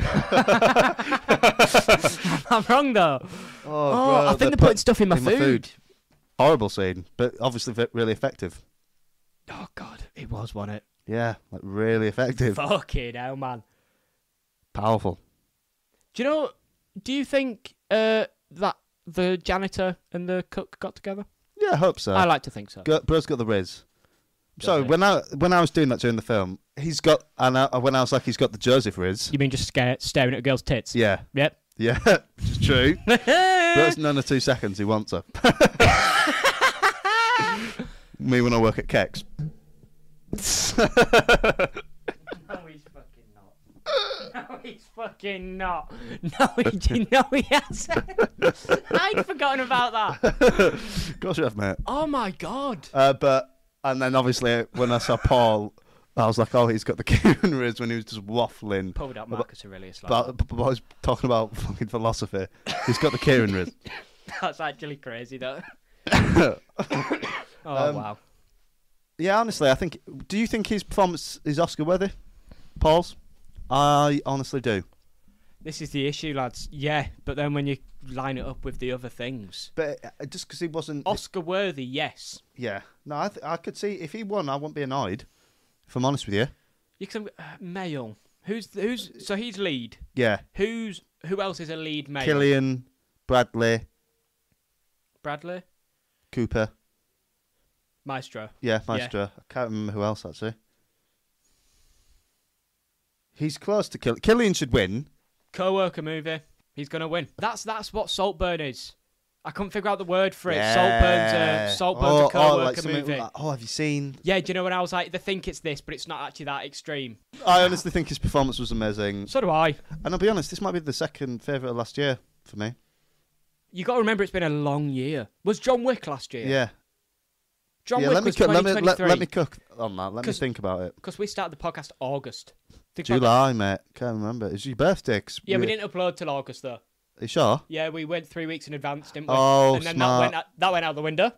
Speaker 2: I'm wrong though.
Speaker 1: Oh,
Speaker 2: Oh, I
Speaker 1: bro,
Speaker 2: think they're, putting stuff in my
Speaker 1: in my
Speaker 2: food.
Speaker 1: food. horrible scene, but obviously ve- really effective.
Speaker 2: Oh god, it was one it.
Speaker 1: Yeah, like really effective,
Speaker 2: Fucking hell, man.
Speaker 1: powerful.
Speaker 2: Do you know? Do you think uh, that the janitor and the cook got together?
Speaker 1: Yeah, I hope so.
Speaker 2: I like to think so.
Speaker 1: Go- bro's got the riz.
Speaker 2: Does
Speaker 1: So
Speaker 2: he?
Speaker 1: when I when I was doing that during the film, he's got and I, when I was like he's got the Joseph riz.
Speaker 2: You mean just scare, staring at a girl's tits?
Speaker 1: Yeah,
Speaker 2: Yep.
Speaker 1: yeah, which is true. Bro's none of two seconds. He wants her. Me when I work at Kex.
Speaker 2: No, he's fucking not. No, he's fucking not. No, he, d- no, he hasn't. I'd forgotten about that.
Speaker 1: Of course you have, mate.
Speaker 2: Oh my god.
Speaker 1: Uh, but and then obviously when I saw Paul, I was like, oh, he's got the Cuban riz when he was just waffling.
Speaker 2: Pulled up
Speaker 1: But-
Speaker 2: Marcus Aurelius. Like
Speaker 1: But, but, I was talking about fucking philosophy. He's got the Kieran Riz.
Speaker 2: that. That's actually crazy, though. oh
Speaker 1: Um,
Speaker 2: wow.
Speaker 1: Yeah, honestly, I think. Do you think his performance is Oscar worthy? Paul's? I honestly do.
Speaker 2: This is the issue, lads. Yeah, but then when you line it up with the other things.
Speaker 1: But uh, just because he wasn't,
Speaker 2: Oscar worthy, yes.
Speaker 1: yeah, no, I, th- I could see if he won, I wouldn't be annoyed. If I'm honest with you,
Speaker 2: You can uh, male. Who's who's so he's lead.
Speaker 1: yeah,
Speaker 2: Who's who else is a lead male?
Speaker 1: Killian, Bradley,
Speaker 2: Bradley,
Speaker 1: Cooper,
Speaker 2: Maestro.
Speaker 1: yeah, Maestro. I can't remember who else actually. He's close to Kill- Killian should win.
Speaker 2: Co-worker movie. He's gonna win. That's that's what Saltburn is. I couldn't figure out the word for it. uh,
Speaker 1: Yeah.
Speaker 2: Saltburn's a Saltburn's
Speaker 1: Oh,
Speaker 2: a
Speaker 1: oh,
Speaker 2: co-worker
Speaker 1: like something
Speaker 2: movie.
Speaker 1: like- oh, have you seen?
Speaker 2: Yeah, do you know when I was like, they think it's this, but it's not actually that extreme.
Speaker 1: I honestly think his performance was amazing.
Speaker 2: So do I.
Speaker 1: And I'll be honest, this might be the second favourite of last year for me.
Speaker 2: You got to remember, it's been a long year. Was John Wick last year?
Speaker 1: Yeah.
Speaker 2: John
Speaker 1: yeah
Speaker 2: Wick
Speaker 1: let me
Speaker 2: was
Speaker 1: cook, let me let, let me
Speaker 2: 2023
Speaker 1: cook on that. Let me
Speaker 2: 'Cause-
Speaker 1: think about it.
Speaker 2: because we started the podcast August. Think about that.
Speaker 1: July, mate. Can't remember. It's your birthday. 'cause
Speaker 2: Yeah, we didn't upload till August though.
Speaker 1: Are you sure?
Speaker 2: Yeah, we went three weeks in advance, didn't we?
Speaker 1: Oh,
Speaker 2: and then
Speaker 1: smart.
Speaker 2: that went out, that went out the window.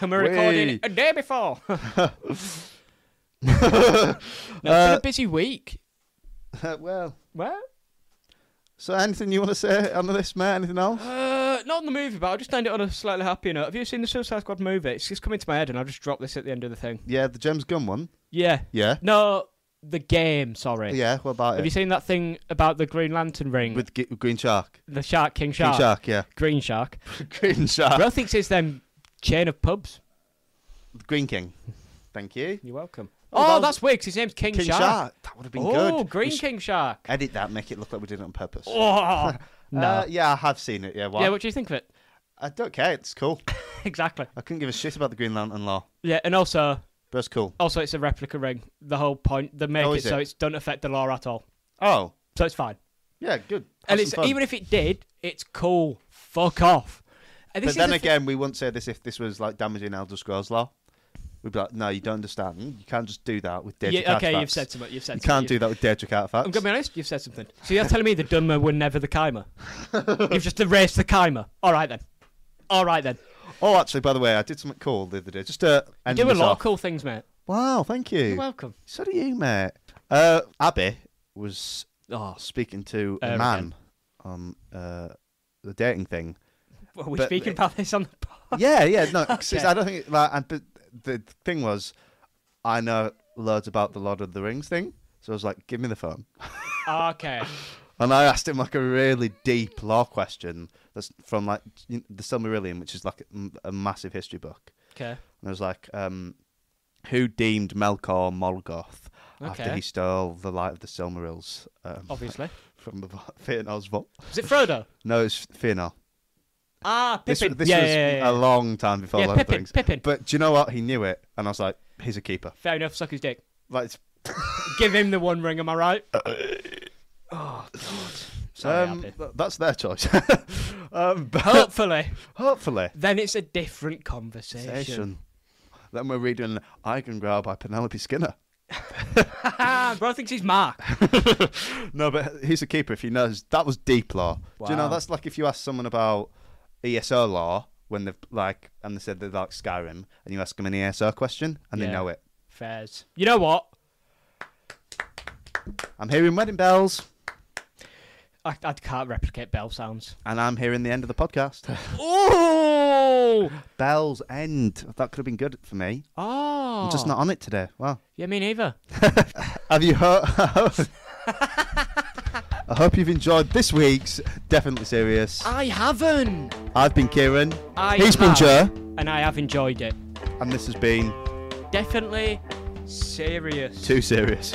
Speaker 2: And we're recording
Speaker 1: Whey.
Speaker 2: a day before. no, it's been
Speaker 1: Uh,
Speaker 2: a busy week.
Speaker 1: well,
Speaker 2: Well,
Speaker 1: so anything you want to say on this, mate? Anything else?
Speaker 2: uh, not on the movie, but I'll just end it on a slightly happier note. Have you seen the Suicide Squad movie? It's just come into my head, and I'll just drop this at the end of the thing.
Speaker 1: Yeah, the James Gunn one.
Speaker 2: Yeah.
Speaker 1: Yeah.
Speaker 2: No, the game. Sorry.
Speaker 1: Yeah, what about
Speaker 2: Have
Speaker 1: it?
Speaker 2: you seen that thing about the Green Lantern ring?
Speaker 1: With G- Green Shark.
Speaker 2: the shark, King Shark,
Speaker 1: Green Shark, yeah.
Speaker 2: Green Shark.
Speaker 1: Green Shark.
Speaker 2: Bro thinks it's them chain of pubs.
Speaker 1: Green King. Thank you.
Speaker 2: You're welcome.
Speaker 1: Oh,
Speaker 2: Oh,
Speaker 1: that was-
Speaker 2: that's weird 'cause his name's King,
Speaker 1: King Shark. That would have been good.
Speaker 2: Oh,
Speaker 1: We
Speaker 2: Green
Speaker 1: should
Speaker 2: King Shark.
Speaker 1: Edit that, make it look like we did it on purpose.
Speaker 2: Oh, no.
Speaker 1: Uh, yeah, I have seen it. Yeah, what?
Speaker 2: yeah, what do you think of it?
Speaker 1: I don't care. It's cool.
Speaker 2: exactly.
Speaker 1: I couldn't give a shit about the Green Lantern law,
Speaker 2: Yeah, and also,
Speaker 1: but it's cool.
Speaker 2: also it's a replica ring. The whole point, they make
Speaker 1: Oh,
Speaker 2: it,
Speaker 1: is
Speaker 2: so
Speaker 1: it?
Speaker 2: it don't affect the law at all.
Speaker 1: Oh,
Speaker 2: So it's fine.
Speaker 1: yeah, good. Have
Speaker 2: and
Speaker 1: some
Speaker 2: it's
Speaker 1: fun.
Speaker 2: even if it did, it's cool. Fuck off. And
Speaker 1: but
Speaker 2: this
Speaker 1: then
Speaker 2: is the thi-
Speaker 1: again, we wouldn't say this if this was like damaging Elder Scrolls law. We'd be like, no, you don't understand. You can't just do that with Daedric
Speaker 2: yeah, okay, you've
Speaker 1: artifacts.
Speaker 2: said something. You've said
Speaker 1: you
Speaker 2: something.
Speaker 1: can't do that with Daedric artifacts.
Speaker 2: I'm gonna be honest. You've said something. So you're telling me the Dunmer were never the Kaimer. you've just erased the Kaimer. All right then. All right then.
Speaker 1: Oh, actually, by the way, I did something cool the other day. Just to
Speaker 2: You
Speaker 1: end
Speaker 2: do a
Speaker 1: this
Speaker 2: lot of
Speaker 1: off.
Speaker 2: cool things, mate.
Speaker 1: Wow, thank you.
Speaker 2: You're welcome.
Speaker 1: so do you, mate. Uh, Abby was
Speaker 2: Oh,
Speaker 1: speaking to
Speaker 2: Uh,
Speaker 1: a man on uh, the dating thing,
Speaker 2: are we
Speaker 1: But-
Speaker 2: speaking about this on the pod?
Speaker 1: yeah, yeah. No, 'cause it's-
Speaker 2: Okay.
Speaker 1: I don't think like. And, but the thing was, I know loads about the Lord of the Rings thing, so I was like, "Give me the phone,"
Speaker 2: Okay.
Speaker 1: and I asked him like a really deep law question that's from like you know, the Silmarillion, which is like a, a massive history book,
Speaker 2: Okay.
Speaker 1: and I was like, um, "Who deemed Melkor Morgoth?" After
Speaker 2: Okay. Oh.
Speaker 1: he stole the light of the Silmarils um,
Speaker 2: Obviously.
Speaker 1: from the Feanor's vault.
Speaker 2: Is it Frodo?
Speaker 1: No, it's Feanor.
Speaker 2: Ah,
Speaker 1: This,
Speaker 2: Pippin.
Speaker 1: this
Speaker 2: yeah,
Speaker 1: was
Speaker 2: yeah, yeah, yeah.
Speaker 1: a long time before
Speaker 2: Yeah,
Speaker 1: Lord of the
Speaker 2: Pippin,
Speaker 1: Rings.
Speaker 2: Pippin.
Speaker 1: But do you know what? He knew it, and I was like, "He's a keeper."
Speaker 2: Fair enough. Suck his dick.
Speaker 1: Like, it's-
Speaker 2: Give him the one ring. Am I right?
Speaker 1: Uh,
Speaker 2: Sorry,
Speaker 1: um,
Speaker 2: Abby.
Speaker 1: th- that's their choice. um, but
Speaker 2: Hopefully,
Speaker 1: hopefully,
Speaker 2: then it's a different conversation.
Speaker 1: Session. Then we're reading "I Can Grow" by Penelope Skinner.
Speaker 2: Ah, bro thinks he's Mark.
Speaker 1: No, but he's a keeper if he knows. That was deep law. Do you know
Speaker 2: Wow.
Speaker 1: that's like if you ask someone about E ESO law when they've like and they said they like Skyrim, and you ask them an ESO question and
Speaker 2: Yeah.
Speaker 1: they know it.
Speaker 2: Fairs. You know what?
Speaker 1: I'm hearing wedding bells,
Speaker 2: I, I can't replicate bell sounds.
Speaker 1: and I'm hearing the end of the podcast.
Speaker 2: Oh,
Speaker 1: bells end. That could have been good for me.
Speaker 2: oh.
Speaker 1: I'm just not on it today. Wow.
Speaker 2: Yeah, me neither.
Speaker 1: Have you heard? I hope you've enjoyed this week's Definitely Serious.
Speaker 2: I haven't.
Speaker 1: I've been Kieran.
Speaker 2: I
Speaker 1: He's been
Speaker 2: have.
Speaker 1: Joe.
Speaker 2: And I have enjoyed it.
Speaker 1: And this has been
Speaker 2: Definitely serious.
Speaker 1: Too Serious.